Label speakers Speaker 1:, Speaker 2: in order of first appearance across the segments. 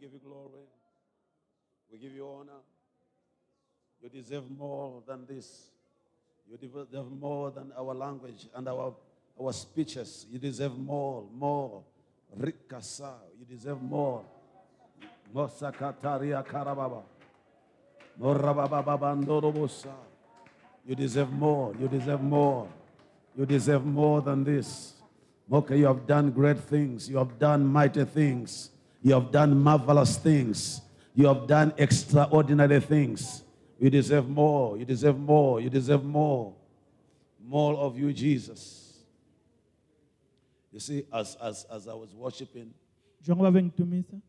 Speaker 1: give you glory. We give you honor. You deserve more than this. You deserve more than our language and our, our speeches. You deserve more, more. Rikasa, you deserve more. Mosakataria karababa. Morabababa ndorobosa. You deserve more. You deserve more. You deserve more than this. Okay, you have done great things. You have done mighty things. You have done marvelous things. You have done extraordinary things. You deserve more. You deserve more. You deserve more. More of you, Jesus. You see, as, as, as I was worshiping,
Speaker 2: Njengoba bengidumise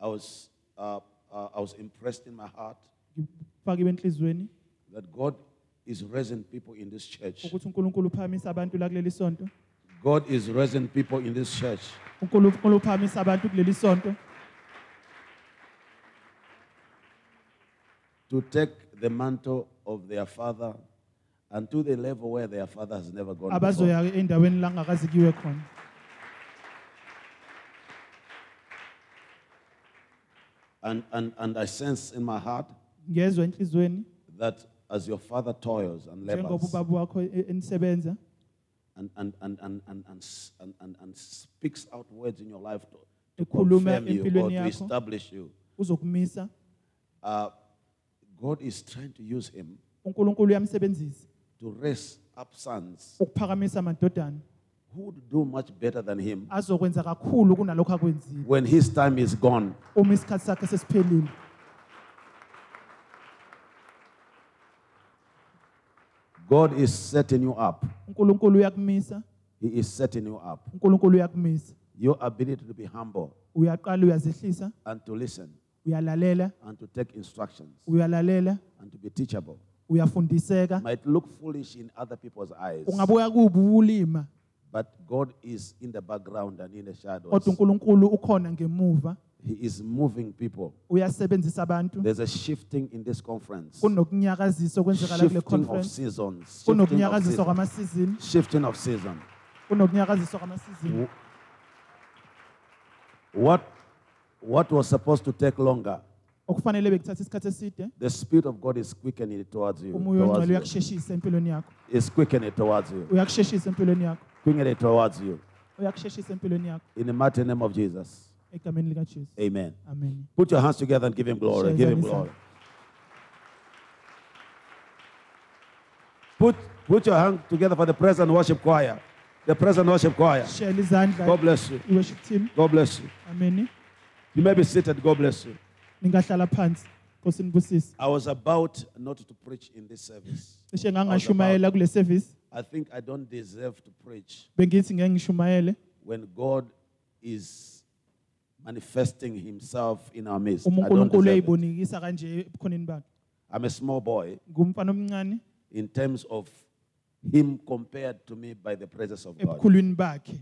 Speaker 1: I was, uh, uh, I was impressed in my heart
Speaker 2: ngifake benhlizweni
Speaker 1: that God is raising people in this church.
Speaker 2: ukuthi uNkulunkulu uphakamisa abantu la kuleli sonto.
Speaker 1: God is raising people in this church.
Speaker 2: uNkulunkulu uphakamisa abantu kuleli sonto
Speaker 1: to take the mantle of their father and to the level where their father has never gone. before.
Speaker 2: abazoya endaweni la ngakazikiwe khona.
Speaker 1: And, and, and I sense in my heart
Speaker 2: Ngezwe enhlizweni
Speaker 1: that as your father toils and
Speaker 2: njengoba
Speaker 1: labors
Speaker 2: ubaba wakho e- enisebenza
Speaker 1: and, and, and, and, and, and, s- and, and, and speaks out words in your life to, to
Speaker 2: Ekhuluma
Speaker 1: confirm you or
Speaker 2: empilweni
Speaker 1: to
Speaker 2: yakho.
Speaker 1: establish you,
Speaker 2: uzokumisa
Speaker 1: uh, God is trying to use him
Speaker 2: uNkulunkulu uyamsebenzisa
Speaker 1: to raise up sons
Speaker 2: ukuphakamisa amadodana
Speaker 1: who would do much better than him
Speaker 2: azokwenza kakhulu kunalokho akwenzile
Speaker 1: when his time is gone.
Speaker 2: uma isikhathi sakhe sesiphelile.
Speaker 1: God is setting you up.
Speaker 2: uNkulunkulu uyakumisa,
Speaker 1: He is setting you up.
Speaker 2: uNkulunkulu uyakumisa.
Speaker 1: Your ability to be humble
Speaker 2: Uyaqala uyazehlisa,
Speaker 1: and to listen
Speaker 2: uyalalela,
Speaker 1: and to take instructions
Speaker 2: uyalalela,
Speaker 1: and to be teachable
Speaker 2: uyafundiseka.
Speaker 1: might look foolish in other people's eyes,
Speaker 2: Ungabuya kubulima
Speaker 1: but God is in the background and in the shadows.
Speaker 2: kodwa uNkulunkulu ukhona ngemuva,
Speaker 1: He is moving people.
Speaker 2: uyasebenzisa abantu.
Speaker 1: There's a shifting in this conference,
Speaker 2: Kunokunyakazisa okwenzekala kule
Speaker 1: shifting of
Speaker 2: conference,
Speaker 1: seasons, shifting of
Speaker 2: kunokunyakaziswa
Speaker 1: season.
Speaker 2: kwamasizini,
Speaker 1: Shifting of season.
Speaker 2: kunokunyakaziswa kwamasizini.
Speaker 1: What, what was supposed to take longer,
Speaker 2: Okufanele bekuthatha isikhathi eside,
Speaker 1: the Spirit of God is quickening it towards you.
Speaker 2: umoya
Speaker 1: towards
Speaker 2: ongcwele
Speaker 1: you.
Speaker 2: uyakusheshisa empilweni yakho.
Speaker 1: Is quickening it towards you.
Speaker 2: Uyakusheshisa empilweni yakho.
Speaker 1: Quickening it towards you.
Speaker 2: Uyakusheshisa empilweni yakho
Speaker 1: In the mighty name of Jesus.
Speaker 2: egameni lika Jesu.
Speaker 1: Amen.
Speaker 2: Amen.
Speaker 1: Put your hands together and give him glory.
Speaker 2: Shall
Speaker 1: Give him
Speaker 2: we, sir?
Speaker 1: glory. Put, put your hand together for the present worship choir. The present worship choir.
Speaker 2: Shela izandla.
Speaker 1: God bless you.
Speaker 2: i-worship team.
Speaker 1: God bless you.
Speaker 2: Amen.
Speaker 1: You may be seated. God bless you.
Speaker 2: Ningahlala phansi. Nkosi nibusise.
Speaker 1: I was about not to preach in this service.
Speaker 2: Cishe
Speaker 1: I was
Speaker 2: ngangashumayela kule service.
Speaker 1: I think I don't deserve to preach
Speaker 2: Bengithi ngeke ngishumayele
Speaker 1: when God is manifesting himself in our midst. I don't
Speaker 2: uNkulunkulu
Speaker 1: deserve it.
Speaker 2: eyibonikisa kanje ebukhoneni bakhe.
Speaker 1: I'm a small boy
Speaker 2: Ngumfana omncane
Speaker 1: in terms of him compared to me by the presence of God.
Speaker 2: ebukhulwini bakhe.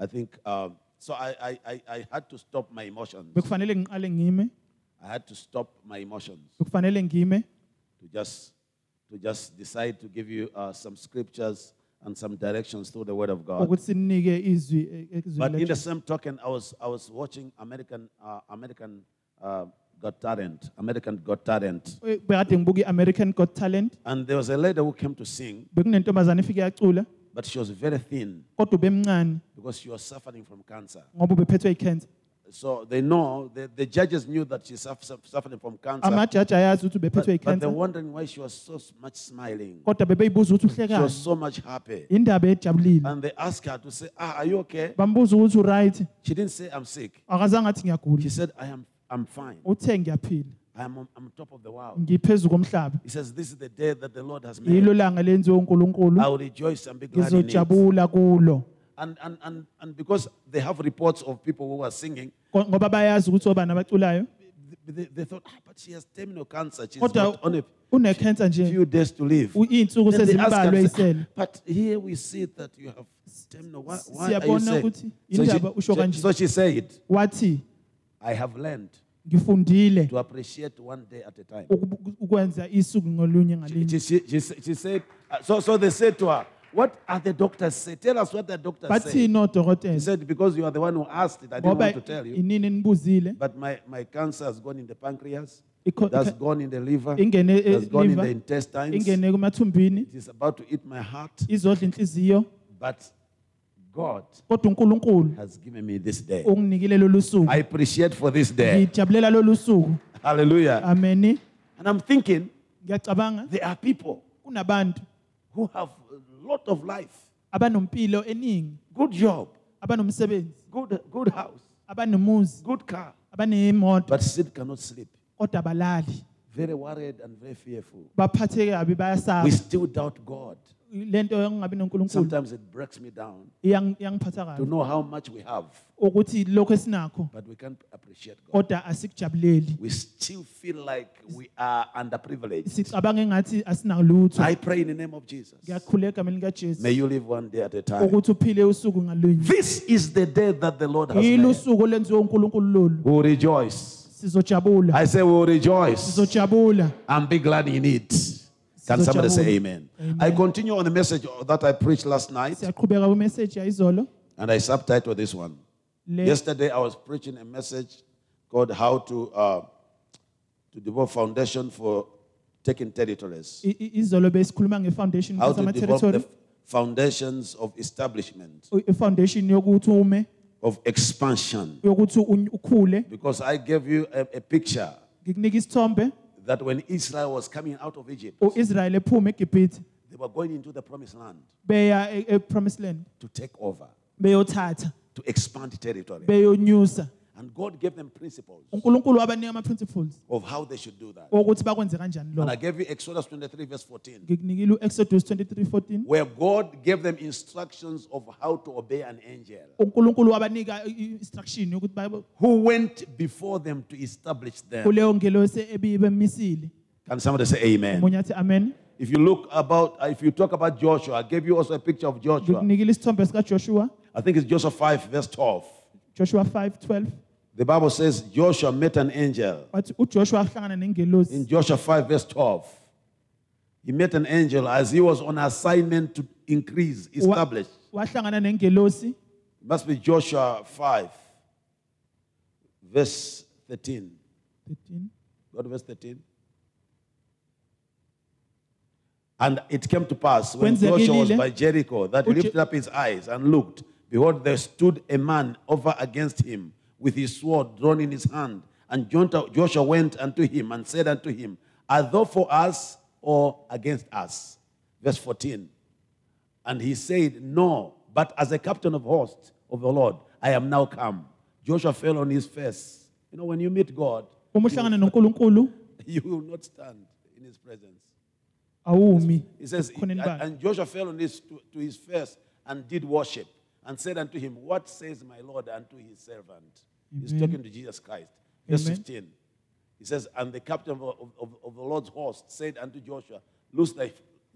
Speaker 1: I think um, so. I, I, I, I had to stop my emotions.
Speaker 2: Bekufanele ngiqale ngime,
Speaker 1: I had to stop my emotions
Speaker 2: bekufanele ngime
Speaker 1: to just to just decide to give you uh, some scriptures and some directions through the Word of God.
Speaker 2: ukuthi sinike izwi e-
Speaker 1: But in
Speaker 2: ezwini.
Speaker 1: the
Speaker 2: lethu.
Speaker 1: same token, I was I was watching American uh, American uh, Got Talent, American Got Talent,
Speaker 2: Eh, Bekade ngibuka i-American Got Talent.
Speaker 1: and there was a lady who came to sing,
Speaker 2: Bekunentombazane efike yacula
Speaker 1: but she was very thin
Speaker 2: kodwa ubemncane
Speaker 1: because she was suffering from cancer.
Speaker 2: ngoba ubephethwe i-cancer.
Speaker 1: So they know the, the judges knew that she suff- suff- suffering from cancer.
Speaker 2: Amajaji ayazi ukuthi
Speaker 1: but,
Speaker 2: ubephethwe
Speaker 1: but they're
Speaker 2: i-cancer
Speaker 1: wondering why she was so s- much smiling.
Speaker 2: kodwa bebeyibuza ukuthi
Speaker 1: She was
Speaker 2: uhlekani.
Speaker 1: so much happy.
Speaker 2: Indaba ejabulile.
Speaker 1: And they asked her to say, Ah, are you okay?
Speaker 2: bambuza ukuthi uright
Speaker 1: She didn't say, I'm sick.
Speaker 2: akazange athi
Speaker 1: She
Speaker 2: ngiyagula
Speaker 1: said, I am I'm fine.
Speaker 2: uthe ngiyaphila
Speaker 1: I'm on, I'm top of the world.
Speaker 2: ngiphezulu komhlaba
Speaker 1: He says, This is the day that the Lord has
Speaker 2: yilo
Speaker 1: made.
Speaker 2: langa lenziwe uNkulunkulu
Speaker 1: I will rejoice and be glad in it.
Speaker 2: ngizojabula kulo
Speaker 1: And, and, and, and because they have reports of people who are singing,
Speaker 2: Ngo- ngoba bayazi ukuthi obani abaculayo
Speaker 1: they, they thought, ah, but she has terminal cancer. She's
Speaker 2: kodwa
Speaker 1: got only
Speaker 2: unecancer
Speaker 1: a
Speaker 2: nje
Speaker 1: few days to live.
Speaker 2: u- iy'nsuku
Speaker 1: Then they ask her,
Speaker 2: sezimbalwa
Speaker 1: say,
Speaker 2: ey'sele
Speaker 1: "Ah, But here we see that you have stamina. Why,
Speaker 2: S-
Speaker 1: why are you
Speaker 2: siyabona
Speaker 1: saying-"
Speaker 2: ukuthi
Speaker 1: So she-
Speaker 2: indaba usho
Speaker 1: she-
Speaker 2: kanje.
Speaker 1: so she said,
Speaker 2: wathi
Speaker 1: I have learned
Speaker 2: ngifundile
Speaker 1: to appreciate one day at a time.
Speaker 2: uku- ukwenza isuku ngolunye
Speaker 1: She,
Speaker 2: ngalinye
Speaker 1: she, she, she said, uh, so, so they said to her, What are the doctors say? Tell us what the doctors say.
Speaker 2: bathini
Speaker 1: He
Speaker 2: odokotela
Speaker 1: said, because you are the one who asked it, I didn't
Speaker 2: ngoba
Speaker 1: want to tell you.
Speaker 2: inini nibuzile
Speaker 1: But my, my cancer has gone in the pancreas,
Speaker 2: Ikho-
Speaker 1: that's
Speaker 2: ikha-
Speaker 1: gone in the liver,
Speaker 2: ingene
Speaker 1: that's gone in the
Speaker 2: eliva
Speaker 1: intestines. It
Speaker 2: ingene kumathumbini
Speaker 1: is about to eat my heart.
Speaker 2: izodla inhliziyo
Speaker 1: But God
Speaker 2: kodwa uNkulunkulu
Speaker 1: has given me this day.
Speaker 2: unginikile lolu suku
Speaker 1: I appreciate for this day.
Speaker 2: ngijabulela lolu suku
Speaker 1: Hallelujah.
Speaker 2: amen
Speaker 1: And I'm thinking
Speaker 2: ngiyacabanga
Speaker 1: there are people
Speaker 2: kunabantu
Speaker 1: who have a lot of life,
Speaker 2: abanempilo eningi
Speaker 1: good job,
Speaker 2: abanomsebenzi
Speaker 1: good, good house,
Speaker 2: abanomuzi
Speaker 1: good car,
Speaker 2: abanemoto
Speaker 1: but still cannot sleep.
Speaker 2: kodwa abalali
Speaker 1: Very worried and very fearful.
Speaker 2: baphatheke kabi
Speaker 1: We
Speaker 2: bayasaba
Speaker 1: still doubt God.
Speaker 2: lento yokungabi noNkulunkulu
Speaker 1: Sometimes it breaks me down
Speaker 2: iyang- iyangiphatha
Speaker 1: to
Speaker 2: kabi
Speaker 1: know how much we have,
Speaker 2: ukuthi lokho esinakho
Speaker 1: but we can't appreciate God.
Speaker 2: kodwa asikujabuleli
Speaker 1: We still feel like we are underprivileged.
Speaker 2: sicabanga engathi asinalutho
Speaker 1: I pray in the name of Jesus.
Speaker 2: ngiyakhuleka egameni likaJesu
Speaker 1: May you live one day at a time.
Speaker 2: ukuthi uphile usuku ngalunye
Speaker 1: This is the day that the Lord has made.
Speaker 2: ilusuku lenziwe uNkulunkulu lolu
Speaker 1: We will rejoice.
Speaker 2: sizojabula
Speaker 1: I say we will rejoice
Speaker 2: sizojabula
Speaker 1: and be glad in it. Can
Speaker 2: Sizo
Speaker 1: somebody say
Speaker 2: jabula.
Speaker 1: amen? I continue on the message that I preached last night,
Speaker 2: siyaqhubeka kwimessage yayizolo
Speaker 1: and I subtitled this one.
Speaker 2: le
Speaker 1: Yesterday, I was preaching a message called "How to uh, to Develop Foundation for Taking Territories."
Speaker 2: i- i- izolo besikhuluma ngefoundation
Speaker 1: How to develop the
Speaker 2: yasamaterritory
Speaker 1: f- foundations of establishment
Speaker 2: ifoundation yokuthi ume
Speaker 1: of expansion.
Speaker 2: yokuthi u- ukhule
Speaker 1: Because I gave you a, a picture
Speaker 2: ngikunika isithombe
Speaker 1: that when Israel was coming out of Egypt,
Speaker 2: uIsrael ephuma eGibhithe
Speaker 1: they were going into the Promised Land
Speaker 2: beya e- epromised land
Speaker 1: to take over,
Speaker 2: beyothatha
Speaker 1: to expand territory,
Speaker 2: beyonyusa
Speaker 1: and God gave them principles
Speaker 2: uNkulunkulu wabanika ama principles
Speaker 1: of how they should do that.
Speaker 2: ukuthi bakwenze kanjani
Speaker 1: And
Speaker 2: lokho
Speaker 1: I gave you Exodus 23 verse 14.
Speaker 2: ngikunikile uExodus 23:14
Speaker 1: where God gave them instructions of how to obey an angel
Speaker 2: uNkulunkulu wabanika i- i- instruction ukuthi babe-
Speaker 1: who went before them to establish them.
Speaker 2: kuleyo ngelosi ebibemisile
Speaker 1: Can somebody say amen?
Speaker 2: munye athi amen
Speaker 1: If you look about, uh, if you talk about Joshua, I gave you also a picture of Joshua.
Speaker 2: ngikunikile isithombe sikaJoshua
Speaker 1: I think it's Joshua 5, verse 12.
Speaker 2: Joshua 5:12
Speaker 1: The Bible says Joshua met an angel.
Speaker 2: wathi uJoshua ahlangana
Speaker 1: In
Speaker 2: nengelosi
Speaker 1: Joshua 5, verse 12, he met an angel as he was on assignment to increase,
Speaker 2: Wa-
Speaker 1: establish.
Speaker 2: wahlangana nengelosi
Speaker 1: It must be Joshua 5, verse 13.
Speaker 2: 13
Speaker 1: Go to verse 13. And it came to pass when Joshua was by Jericho that he
Speaker 2: Uthi-
Speaker 1: lifted up his eyes and looked. Behold, there stood a man over against him with his sword drawn in his hand. And Jonta- Joshua went unto him and said unto him, Are thou for us or against us? Verse 14. And he said, No, but as a captain of hosts of the Lord, I am now come. Joshua fell on his face. You know, when you meet God,
Speaker 2: uma uhlangana noNkulunkulu
Speaker 1: you will not stand in his presence.
Speaker 2: awumi
Speaker 1: He says,
Speaker 2: ebukhoneni bakhe.
Speaker 1: and Joshua fell on his to, to his face and did worship and said unto him, What says my Lord unto his servant? He's talking to Jesus Christ. Verse
Speaker 2: Amen.
Speaker 1: 15. He says, And the captain of, of, of- of the Lord's host said unto Joshua, Loose thy,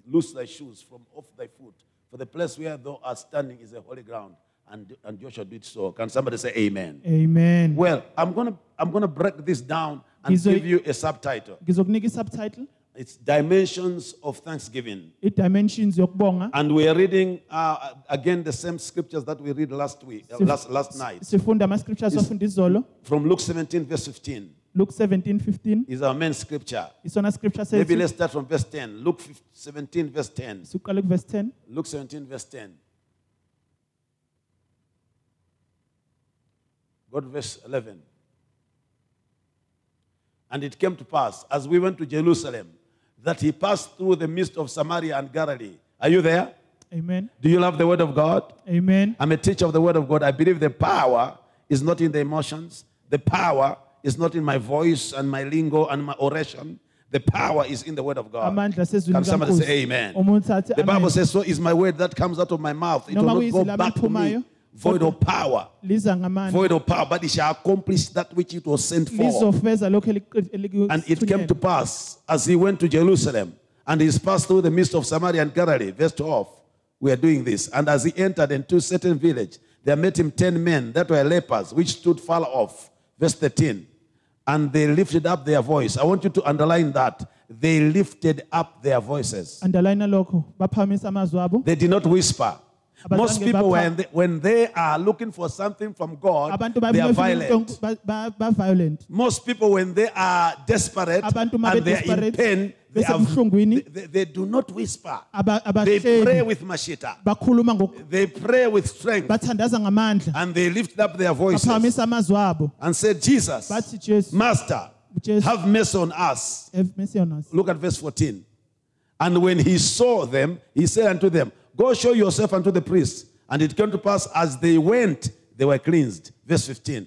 Speaker 1: loose thy shoes from off thy foot, for the place where thou art standing is a holy ground. And, and Joshua did so. Can somebody say amen?
Speaker 2: amen
Speaker 1: Well, I'm going to I'm gonna break this down and
Speaker 2: Ngizoy-
Speaker 1: give you a subtitle.
Speaker 2: ngizokunika isubtitle
Speaker 1: It's dimensions of thanksgiving.
Speaker 2: idimensions yokubonga
Speaker 1: And we are reading uh, again the same scriptures that we read last week, uh,
Speaker 2: Sif-
Speaker 1: last, last night.
Speaker 2: sifunda ama scriptures ofunda izolo
Speaker 1: From Luke 17, verse 15
Speaker 2: Luke 17:15
Speaker 1: is our main scripture.
Speaker 2: isona scripture
Speaker 1: Maybe
Speaker 2: says
Speaker 1: let's start from verse 10. Luke 15 17, verse 10.
Speaker 2: siqale ku verse 10
Speaker 1: Luke 17, verse 10. Go to verse 11. And it came to pass, as we went to Jerusalem, that he passed through the midst of Samaria and Galilee. Are you there?
Speaker 2: amen
Speaker 1: Do you love the word of God?
Speaker 2: amen
Speaker 1: I'm a teacher of the Word of God. I believe the power is not in the emotions. The power is not in my voice and my lingo and my oration. The power is in the Word of God.
Speaker 2: amandla
Speaker 1: Ah. Can
Speaker 2: sezwini
Speaker 1: somebody say
Speaker 2: kaNkosi.
Speaker 1: amen?
Speaker 2: Umuntu athi
Speaker 1: The Bible
Speaker 2: amen.
Speaker 1: says, So is my word that comes out of my mouth. It
Speaker 2: Noma
Speaker 1: will not go
Speaker 2: kuyizwi
Speaker 1: back to me,
Speaker 2: labaphumayo,
Speaker 1: void of power.
Speaker 2: liza ngamandla
Speaker 1: Void of power, but it shall accomplish that which it was sent for.
Speaker 2: lizofeza lokho
Speaker 1: And it came to
Speaker 2: elikuthunyelwe
Speaker 1: pass as he went to Jerusalem, and he passed through the midst of Samaria and Galilee. Verse 12, we are doing this. And as he entered into a certain village, there met him ten men that were lepers, which stood far off. Verse 13, and they lifted up their voice. I want you to underline that. they lifted up their voices.
Speaker 2: underline lokho baphakamisa amazwi abo
Speaker 1: They did not whisper.
Speaker 2: Abazange
Speaker 1: Most people,
Speaker 2: bapha-
Speaker 1: when they, when they are looking for something from God,
Speaker 2: abantu
Speaker 1: they are
Speaker 2: babefuna
Speaker 1: violent.
Speaker 2: into- ba- ba- ba-violent
Speaker 1: Most people, when they are desperate
Speaker 2: Abantu ma
Speaker 1: and they are in
Speaker 2: bedesperate,
Speaker 1: pain, they, are, they,
Speaker 2: besebuhlungwini
Speaker 1: they- they do not whisper.
Speaker 2: aba-
Speaker 1: They pray
Speaker 2: abahleli
Speaker 1: with mashita.
Speaker 2: bakhuluma ngoku-
Speaker 1: They pray with strength
Speaker 2: bathandaza ngamandla
Speaker 1: and they lift up their voices
Speaker 2: baphakamisa amazwi abo
Speaker 1: and say, Jesus,
Speaker 2: bathi jesu
Speaker 1: Master,
Speaker 2: jesu
Speaker 1: have mercy on us.
Speaker 2: have mercy on us
Speaker 1: Look at verse 14. And when he saw them, he said unto them, Go show yourself unto the priest. And it came to pass as they went, they were cleansed. Verse 15.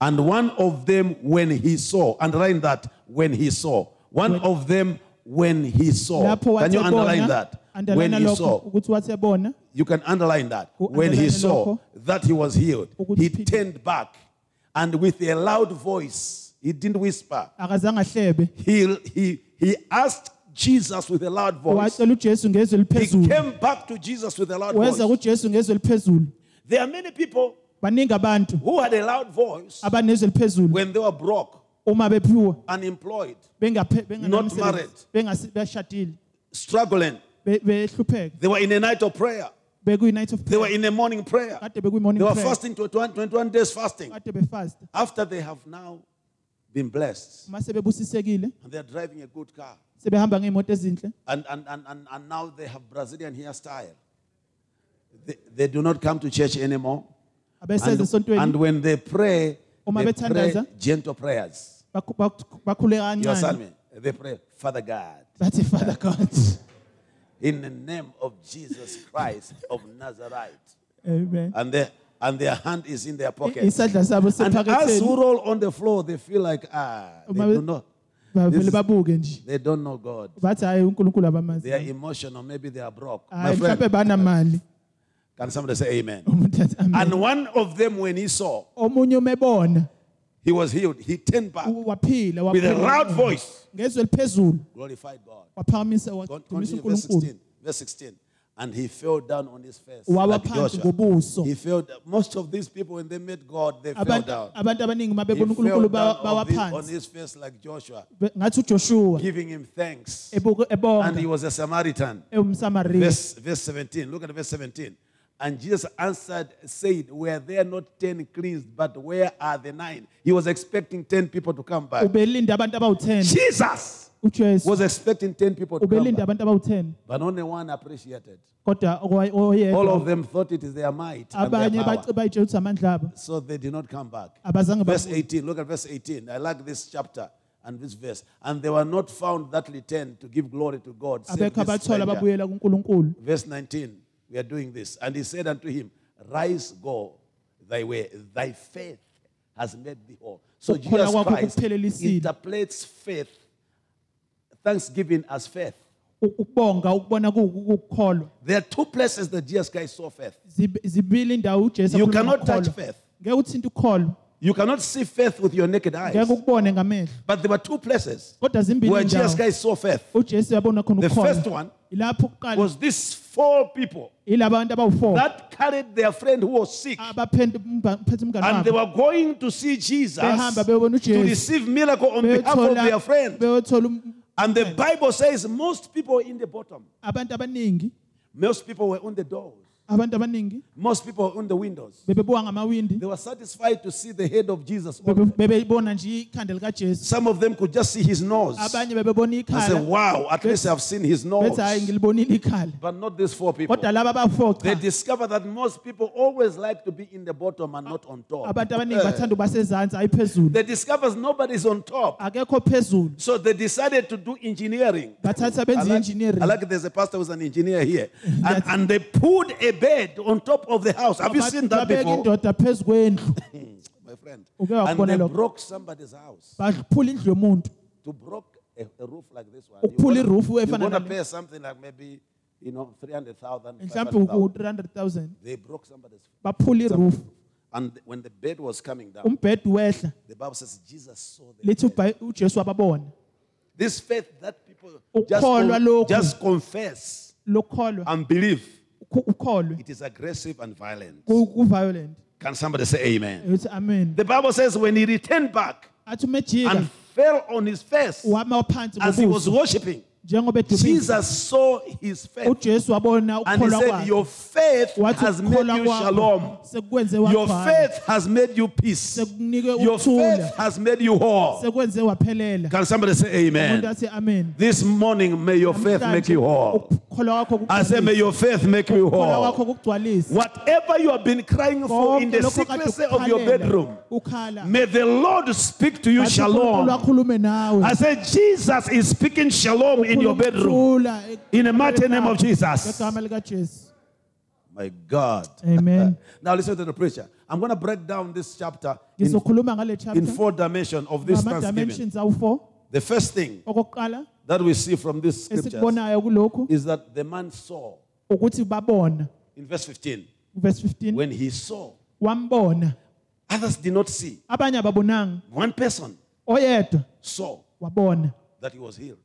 Speaker 1: And one of them, when he saw, underline that, when he saw. One of them, when he saw.
Speaker 2: lapho
Speaker 1: Can you underline
Speaker 2: wathebona
Speaker 1: that? When
Speaker 2: underline
Speaker 1: he
Speaker 2: lokho
Speaker 1: saw.
Speaker 2: ukuthi wathebona
Speaker 1: You can underline that.
Speaker 2: Ku-
Speaker 1: When he
Speaker 2: underline
Speaker 1: saw
Speaker 2: lokho.
Speaker 1: that he was healed, he
Speaker 2: Ukuthi-
Speaker 1: turned back and with a loud voice, he didn't whisper.
Speaker 2: akazange ahlebe
Speaker 1: He, he, he asked Jesus with a loud voice.
Speaker 2: wacela ujesu ngezwi
Speaker 1: He
Speaker 2: eliphezulu
Speaker 1: came back to Jesus with a loud
Speaker 2: weza
Speaker 1: voice.
Speaker 2: kujesu ngezwi eliphezulu
Speaker 1: There are many people
Speaker 2: baningi abantu
Speaker 1: who had a loud voice
Speaker 2: abanezwi eliphezulu
Speaker 1: when they were broke,
Speaker 2: uma bephiwa
Speaker 1: unemployed, Not
Speaker 2: bengaphe- benganamisebenzi,
Speaker 1: married.
Speaker 2: bengasi- beshadile
Speaker 1: struggling.
Speaker 2: be- behlupheka
Speaker 1: They were in a night of prayer.
Speaker 2: bekuyi-night of
Speaker 1: They were
Speaker 2: prayer.
Speaker 1: in a morning prayer.
Speaker 2: kade
Speaker 1: They were
Speaker 2: bekuyi-morning prayer
Speaker 1: fasting 21, 21 days fasting.
Speaker 2: kade befasta
Speaker 1: After they have now been blessed
Speaker 2: uma sebebusisekile
Speaker 1: and they are driving a good car.
Speaker 2: sebehamba ngey'moto ezinhle
Speaker 1: and, and, and, and, and now they have Brazilian hairstyle. They, they do not come to church anymore.
Speaker 2: abeseza
Speaker 1: And, and
Speaker 2: esontweni
Speaker 1: when they pray,
Speaker 2: Uma
Speaker 1: they pray
Speaker 2: bethandaza.
Speaker 1: gentle prayers.
Speaker 2: bakhu- bakhu- bakhuleka
Speaker 1: You understand
Speaker 2: kancane
Speaker 1: me? They pray, Father God,
Speaker 2: bathi father god
Speaker 1: in the name of Jesus Christ of Nazareth.
Speaker 2: amen
Speaker 1: And, their and their hand is in their
Speaker 2: I-
Speaker 1: pocket.
Speaker 2: isandla sabo
Speaker 1: And as who
Speaker 2: sephaketheni
Speaker 1: roll on the floor, they feel like, ah, they
Speaker 2: Uma
Speaker 1: do
Speaker 2: be-
Speaker 1: not.
Speaker 2: bavele
Speaker 1: is-
Speaker 2: babuke nje
Speaker 1: They don't know God.
Speaker 2: bathi hhayi unkulunkulu
Speaker 1: They are
Speaker 2: abamazi
Speaker 1: emotional. Maybe they are broke. My
Speaker 2: hayi mhlawumbe
Speaker 1: friend,
Speaker 2: banamali
Speaker 1: can somebody say amen?
Speaker 2: umuntu athi amen.
Speaker 1: And one of them, when he saw,
Speaker 2: omunye umebona
Speaker 1: He was healed. He turned back
Speaker 2: u- waphila
Speaker 1: with a
Speaker 2: waphila.
Speaker 1: loud voice,
Speaker 2: ngezwi eliphezulu
Speaker 1: glorified God.
Speaker 2: waphakamisa
Speaker 1: Con-
Speaker 2: wadumisa
Speaker 1: Continue verse
Speaker 2: unkulunkulu
Speaker 1: 16. Verse 16. And he fell down on his face.
Speaker 2: wawa
Speaker 1: Like
Speaker 2: phansi
Speaker 1: Joshua.
Speaker 2: ngobuso
Speaker 1: He fell down. Most of these people, when they met God, they fell
Speaker 2: abantu
Speaker 1: down.
Speaker 2: abantu abaningi uma
Speaker 1: He
Speaker 2: bebona
Speaker 1: fell
Speaker 2: unkulunkulu
Speaker 1: down
Speaker 2: ba-
Speaker 1: on,
Speaker 2: bawa
Speaker 1: his, on
Speaker 2: phansi
Speaker 1: his face like Joshua,
Speaker 2: Be- ngathi ujoshua
Speaker 1: giving him thanks.
Speaker 2: ebuke-
Speaker 1: And he
Speaker 2: ebonga
Speaker 1: was a Samaritan.
Speaker 2: ewumsamariya
Speaker 1: Verse, verse 17. Look at verse 17. And Jesus answered, said, Were there not ten cleansed, but where are the nine? He was expecting ten people to come back.
Speaker 2: ubelinde abantu abawu-10
Speaker 1: Jesus!
Speaker 2: ujesu
Speaker 1: was expecting 10 people to come
Speaker 2: ubelinde
Speaker 1: back,
Speaker 2: abantu abawu-10
Speaker 1: but only one appreciated.
Speaker 2: kodwa owa-
Speaker 1: All of
Speaker 2: oyedwa
Speaker 1: them thought it is their might and their
Speaker 2: abanye
Speaker 1: power,
Speaker 2: baciba itshe ukuthi amandla abo
Speaker 1: so they did not come back.
Speaker 2: abazange
Speaker 1: Verse
Speaker 2: babuye.
Speaker 1: 18, look at verse 18. I like this chapter and this verse. And they were not found that returned to give glory to God. save
Speaker 2: abekho
Speaker 1: this
Speaker 2: abathola
Speaker 1: stranger.
Speaker 2: babuyela kunkulunkulu
Speaker 1: Verse 19, we are doing this. And he said unto him, Rise, go thy way, thy faith has made thee whole. So
Speaker 2: Ukukhona
Speaker 1: Jesus
Speaker 2: kwakho
Speaker 1: Christ
Speaker 2: kuphelelisiwe.
Speaker 1: interprets faith, thanksgiving as faith.
Speaker 2: U- ukubonga ukubona kukukholwa
Speaker 1: There are two places that Jesus Christ saw faith.
Speaker 2: zibili indawo ujesu
Speaker 1: You
Speaker 2: akhuluma
Speaker 1: cannot touch
Speaker 2: ngokukholwa.
Speaker 1: faith.
Speaker 2: ngeke uthinte ukholo
Speaker 1: You cannot see faith with your naked eyes.
Speaker 2: ngeke ukubone ngamehlo
Speaker 1: But there were two places
Speaker 2: kodwa zimbili
Speaker 1: where Jesus
Speaker 2: indawo
Speaker 1: Christ saw faith.
Speaker 2: ujesu uyabona khona
Speaker 1: The first
Speaker 2: ukukholwa
Speaker 1: one
Speaker 2: ilapho kuqala
Speaker 1: was these four people
Speaker 2: ilabantu abawu-4
Speaker 1: that carried their friend who was sick.
Speaker 2: abaphethe umngane
Speaker 1: And they
Speaker 2: wabo
Speaker 1: were going to see Jesus
Speaker 2: Behamba beyobona
Speaker 1: to
Speaker 2: uJesu.
Speaker 1: receive miracle on behalf of
Speaker 2: Beyothola-
Speaker 1: their friend.
Speaker 2: beyothola um-
Speaker 1: And the Bible says most people in the bottom,
Speaker 2: abantu abaningi
Speaker 1: most people were on the doors,
Speaker 2: abantu abaningi
Speaker 1: most people were on the windows.
Speaker 2: bebebuka ngamawindi
Speaker 1: They were satisfied to see the head of Jesus.
Speaker 2: bebe- bebebona nje ikhanda likajesu
Speaker 1: Some of them could just see his nose.
Speaker 2: abanye bebebona
Speaker 1: I said,
Speaker 2: ikhala
Speaker 1: wow, at least I've seen his nose.
Speaker 2: bethi hayi ngilibonile ikhala
Speaker 1: But not these four people.
Speaker 2: kodwa laba abawu-4
Speaker 1: They
Speaker 2: cha
Speaker 1: discover that most people always like to be in the bottom and not on top. Eh.
Speaker 2: abantu abaningi bathanda ukuba sezansi hayi phezulu
Speaker 1: They discover nobody's on top.
Speaker 2: akekho phezulu
Speaker 1: So they decided to do engineering.
Speaker 2: bathatha
Speaker 1: I
Speaker 2: benze
Speaker 1: like, I
Speaker 2: i-engineering
Speaker 1: like there's a pastor who's an engineer here. And,
Speaker 2: That's-
Speaker 1: and they put a bed on top of the house. Have you seen that
Speaker 2: Babeka
Speaker 1: before? Mm,
Speaker 2: indoda phezu kwendlu
Speaker 1: My friend.
Speaker 2: Uke
Speaker 1: And
Speaker 2: wakubona
Speaker 1: they
Speaker 2: lokho?
Speaker 1: broke somebody's house.
Speaker 2: baphula indlu yomuntu
Speaker 1: To broke a, a roof like this one.
Speaker 2: Ukuphula
Speaker 1: You're
Speaker 2: iroof
Speaker 1: going
Speaker 2: efana
Speaker 1: to
Speaker 2: nale.
Speaker 1: pay something like maybe, you know, 300,000.
Speaker 2: mhlawumbe
Speaker 1: 500,000.
Speaker 2: ku-300000
Speaker 1: They broke somebody's
Speaker 2: baphula iroof
Speaker 1: And when the bed was coming down,
Speaker 2: umbhedi wehla
Speaker 1: the Bible says Jesus saw them.
Speaker 2: lithi uBha- ujesu wababona
Speaker 1: This faith that people just,
Speaker 2: Ukholwa
Speaker 1: con-
Speaker 2: lokhu.
Speaker 1: just confess
Speaker 2: lokholwa
Speaker 1: and believe,
Speaker 2: ukhu- ukholwe
Speaker 1: it is aggressive and violent.
Speaker 2: ku- ku-violent
Speaker 1: Can somebody say amen?
Speaker 2: uthi amen
Speaker 1: The Bible says when he returned back
Speaker 2: athi umejika
Speaker 1: and fell on his face
Speaker 2: wama phansi
Speaker 1: as he was
Speaker 2: ngobuso
Speaker 1: worshiping.
Speaker 2: njengoba edumile
Speaker 1: Jesus saw his faith
Speaker 2: ujesu wabona
Speaker 1: and he
Speaker 2: ukukholwa
Speaker 1: said,
Speaker 2: kwakhe
Speaker 1: Your faith
Speaker 2: wathi
Speaker 1: has made
Speaker 2: ukukholwa
Speaker 1: you shalom.
Speaker 2: kwakho sekukwenze
Speaker 1: Your
Speaker 2: wabhala
Speaker 1: faith has made you peace.
Speaker 2: sekunike
Speaker 1: Your faith
Speaker 2: ukuthula
Speaker 1: has made you whole.
Speaker 2: sekwenze waphelela
Speaker 1: Can somebody say
Speaker 2: umuntu
Speaker 1: amen?
Speaker 2: athi amen
Speaker 1: This morning, may your faith
Speaker 2: Namhlanje
Speaker 1: make you whole.
Speaker 2: ukukholwa kwakho
Speaker 1: I say, may
Speaker 2: kugcwalise.
Speaker 1: your faith make you
Speaker 2: ukukholwa kwakho
Speaker 1: whole.
Speaker 2: kugcwalise
Speaker 1: Whatever you have been crying for in
Speaker 2: Konke
Speaker 1: the
Speaker 2: lokho okade
Speaker 1: secrecy of your
Speaker 2: ukukhalela,
Speaker 1: bedroom,
Speaker 2: ukhala
Speaker 1: may the Lord speak to you
Speaker 2: Athi uNkulunkulu
Speaker 1: shalom.
Speaker 2: akhulume nawe
Speaker 1: I said, Jesus is speaking shalom in your bedroom.
Speaker 2: Ukhuluma ukuthula
Speaker 1: In the mighty name of Jesus.
Speaker 2: ngegama likajesu
Speaker 1: My God. Uh,
Speaker 2: Amen.
Speaker 1: now listen to the preacher. I'm going to break down this chapter in,
Speaker 2: ngizokhuluma ngale
Speaker 1: in
Speaker 2: chapter
Speaker 1: four dimensions of this Thanksgiving.
Speaker 2: ngama-dimensions awu-four
Speaker 1: The first thing
Speaker 2: okokuqala
Speaker 1: that we see from this scripture
Speaker 2: esikubonayo kulokhu
Speaker 1: is that the man saw
Speaker 2: ukuthi babona
Speaker 1: in verse 15
Speaker 2: verse 15
Speaker 1: when he saw
Speaker 2: wambona
Speaker 1: others did not see
Speaker 2: abanye ababonanga
Speaker 1: one person
Speaker 2: oyedwa
Speaker 1: saw
Speaker 2: wabona
Speaker 1: that he was healed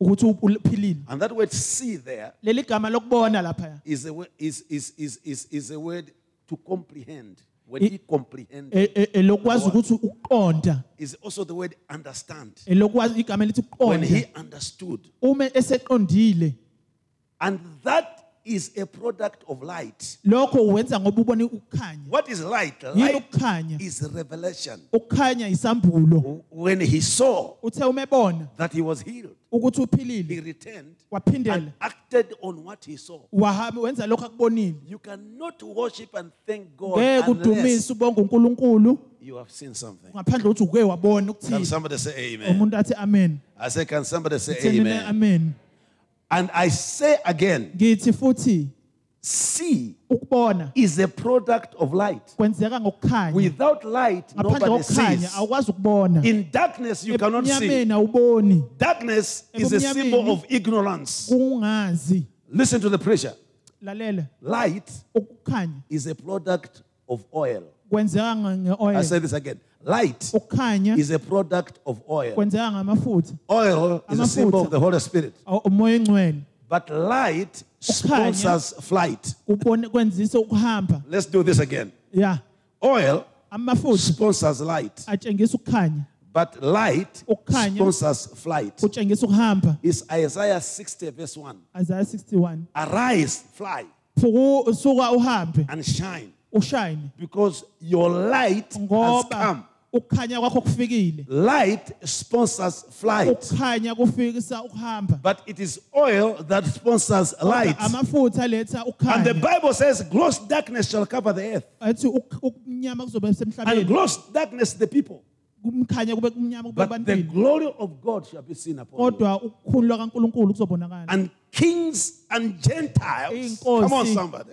Speaker 2: ukuthi u- uphilile
Speaker 1: and that word see there
Speaker 2: leli gama lokubona lapha
Speaker 1: is a word, is, is, is, is, is a word to comprehend when
Speaker 2: It-
Speaker 1: he comprehended
Speaker 2: e- e- elokwazi ukuthi uqonda
Speaker 1: is also the word understand
Speaker 2: elokwazi igama elithi
Speaker 1: when he
Speaker 2: uqonda
Speaker 1: understood
Speaker 2: uma eseqondile
Speaker 1: and that is a product of light
Speaker 2: lokho uwenza ngoba ubone ukukhanya
Speaker 1: What is light?
Speaker 2: yini
Speaker 1: Light
Speaker 2: ukukhanya
Speaker 1: is revelation.
Speaker 2: ukukhanya isambulo
Speaker 1: When he saw
Speaker 2: uthe umebona
Speaker 1: that he was healed,
Speaker 2: ukuthi
Speaker 1: he
Speaker 2: uphilile
Speaker 1: returned and
Speaker 2: waphindela
Speaker 1: acted on what he saw.
Speaker 2: wahamba wenza lokho akubonile
Speaker 1: You cannot worship and thank God
Speaker 2: ngeke
Speaker 1: unless
Speaker 2: udumisa ubonge unkulunkulu
Speaker 1: you have seen something.
Speaker 2: ngaphandle kokuthi uke wabona
Speaker 1: Can
Speaker 2: ukuthile
Speaker 1: somebody say amen?
Speaker 2: umuntu athi amen
Speaker 1: I say, can somebody say
Speaker 2: Utheni na
Speaker 1: amen?
Speaker 2: amen
Speaker 1: And I say again,
Speaker 2: ngithi futhi
Speaker 1: see
Speaker 2: ukubona
Speaker 1: is a product of light.
Speaker 2: kwenzeka ngokukhanya
Speaker 1: Without light,
Speaker 2: ngaphandle
Speaker 1: nobody
Speaker 2: kokukhanya
Speaker 1: sees.
Speaker 2: awukwazi ukubona
Speaker 1: In darkness, you cannot see.
Speaker 2: ebumnyameni awuboni
Speaker 1: Darkness is a symbol
Speaker 2: Ebumnyameni.
Speaker 1: of ignorance.
Speaker 2: kungazi
Speaker 1: Listen to the pressure.
Speaker 2: lalela
Speaker 1: Light
Speaker 2: ukukhanya
Speaker 1: is a product of oil.
Speaker 2: kwenzeka nge-
Speaker 1: I
Speaker 2: nge-oil
Speaker 1: say this again. Light
Speaker 2: ukukhanya
Speaker 1: is a product of oil.
Speaker 2: kwenzeka ngamafutha
Speaker 1: Oil is a
Speaker 2: Amafutha.
Speaker 1: symbol of the Holy Spirit.
Speaker 2: aw- umoya engcwele
Speaker 1: But light sponsors flight.
Speaker 2: ubone kwenzisa ukuhamba
Speaker 1: Let's do this again.
Speaker 2: ya
Speaker 1: Oil
Speaker 2: amafutha
Speaker 1: sponsors light.
Speaker 2: atshengisa ukukhanya
Speaker 1: But light
Speaker 2: Ukukhanya.
Speaker 1: sponsors flight.
Speaker 2: utshengisa ukuhamba
Speaker 1: It's Isaiah 60, verse 1.
Speaker 2: Isaiah 61
Speaker 1: Arise, fly,
Speaker 2: Fuku- suka uhambe
Speaker 1: and shine,
Speaker 2: ushine
Speaker 1: because your light has come.
Speaker 2: ngoba ukukhanya kwakho kufikile
Speaker 1: Light sponsors flight.
Speaker 2: ukukhanya kufikisa ukuhamba
Speaker 1: But it is oil that sponsors
Speaker 2: Kodwa
Speaker 1: light.
Speaker 2: amafutha aletha
Speaker 1: And the
Speaker 2: ukukhanya
Speaker 1: Bible says, gross darkness shall cover the earth.
Speaker 2: athi uk- ukunyama kuzobe
Speaker 1: And
Speaker 2: semhlabeni
Speaker 1: gross darkness the people.
Speaker 2: kumkhanya kube kumnyama kube
Speaker 1: But the
Speaker 2: ebantwini
Speaker 1: glory of God shall be seen upon you.
Speaker 2: kodwa ukukhulu lwankulunkulu kuzobonakala
Speaker 1: And kings and Gentiles,
Speaker 2: Inkosi.
Speaker 1: come on somebody,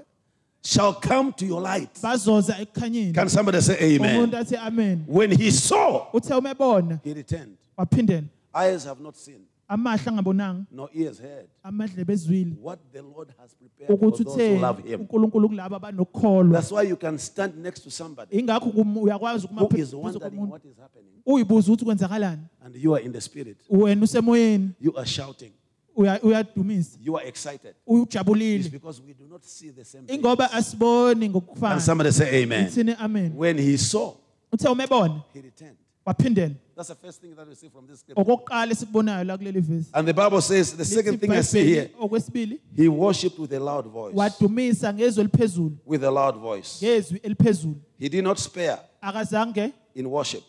Speaker 1: shall come to your light.
Speaker 2: bazoza ekukhanyeni
Speaker 1: Can somebody say
Speaker 2: umuntu
Speaker 1: amen?
Speaker 2: athi amen
Speaker 1: When he saw,
Speaker 2: uthe umebona
Speaker 1: he returned.
Speaker 2: waphindela
Speaker 1: Eyes have not seen,
Speaker 2: amahla angabonanga
Speaker 1: nor ears heard
Speaker 2: amadlebe ezwile
Speaker 1: what the Lord has prepared for
Speaker 2: ukuthi
Speaker 1: those who
Speaker 2: utheni
Speaker 1: love him.
Speaker 2: unkulunkulu kulabo abanokukholwa
Speaker 1: That's why you can stand next to somebody
Speaker 2: ingakho kum- uyakwazi ukuma
Speaker 1: who is
Speaker 2: phezu
Speaker 1: wondering
Speaker 2: komuntu
Speaker 1: what is happening,
Speaker 2: uyibuza ukuthi kwenzakalani
Speaker 1: and you are in the spirit.
Speaker 2: wena usemoyeni
Speaker 1: You are shouting.
Speaker 2: uya- uyadumisa
Speaker 1: You are excited. It's
Speaker 2: ujabulile
Speaker 1: because we do not see the same thing.
Speaker 2: ingoba asiboni
Speaker 1: And
Speaker 2: ngokufana
Speaker 1: somebody say amen.
Speaker 2: ithini amen
Speaker 1: When he saw,
Speaker 2: uthe umebona
Speaker 1: he returned.
Speaker 2: waphindela
Speaker 1: That's the first thing that we see from this scripture.
Speaker 2: okokuqala esikubonayo la kuleli vesi
Speaker 1: And the Bible says, the second thing I see here,
Speaker 2: Lithi okwesibili
Speaker 1: he worshipped with a loud voice.
Speaker 2: wadumisa ngezwi eliphezulu
Speaker 1: With a loud voice.
Speaker 2: ngezwi eliphezulu
Speaker 1: He did not spare
Speaker 2: akazange
Speaker 1: in worship.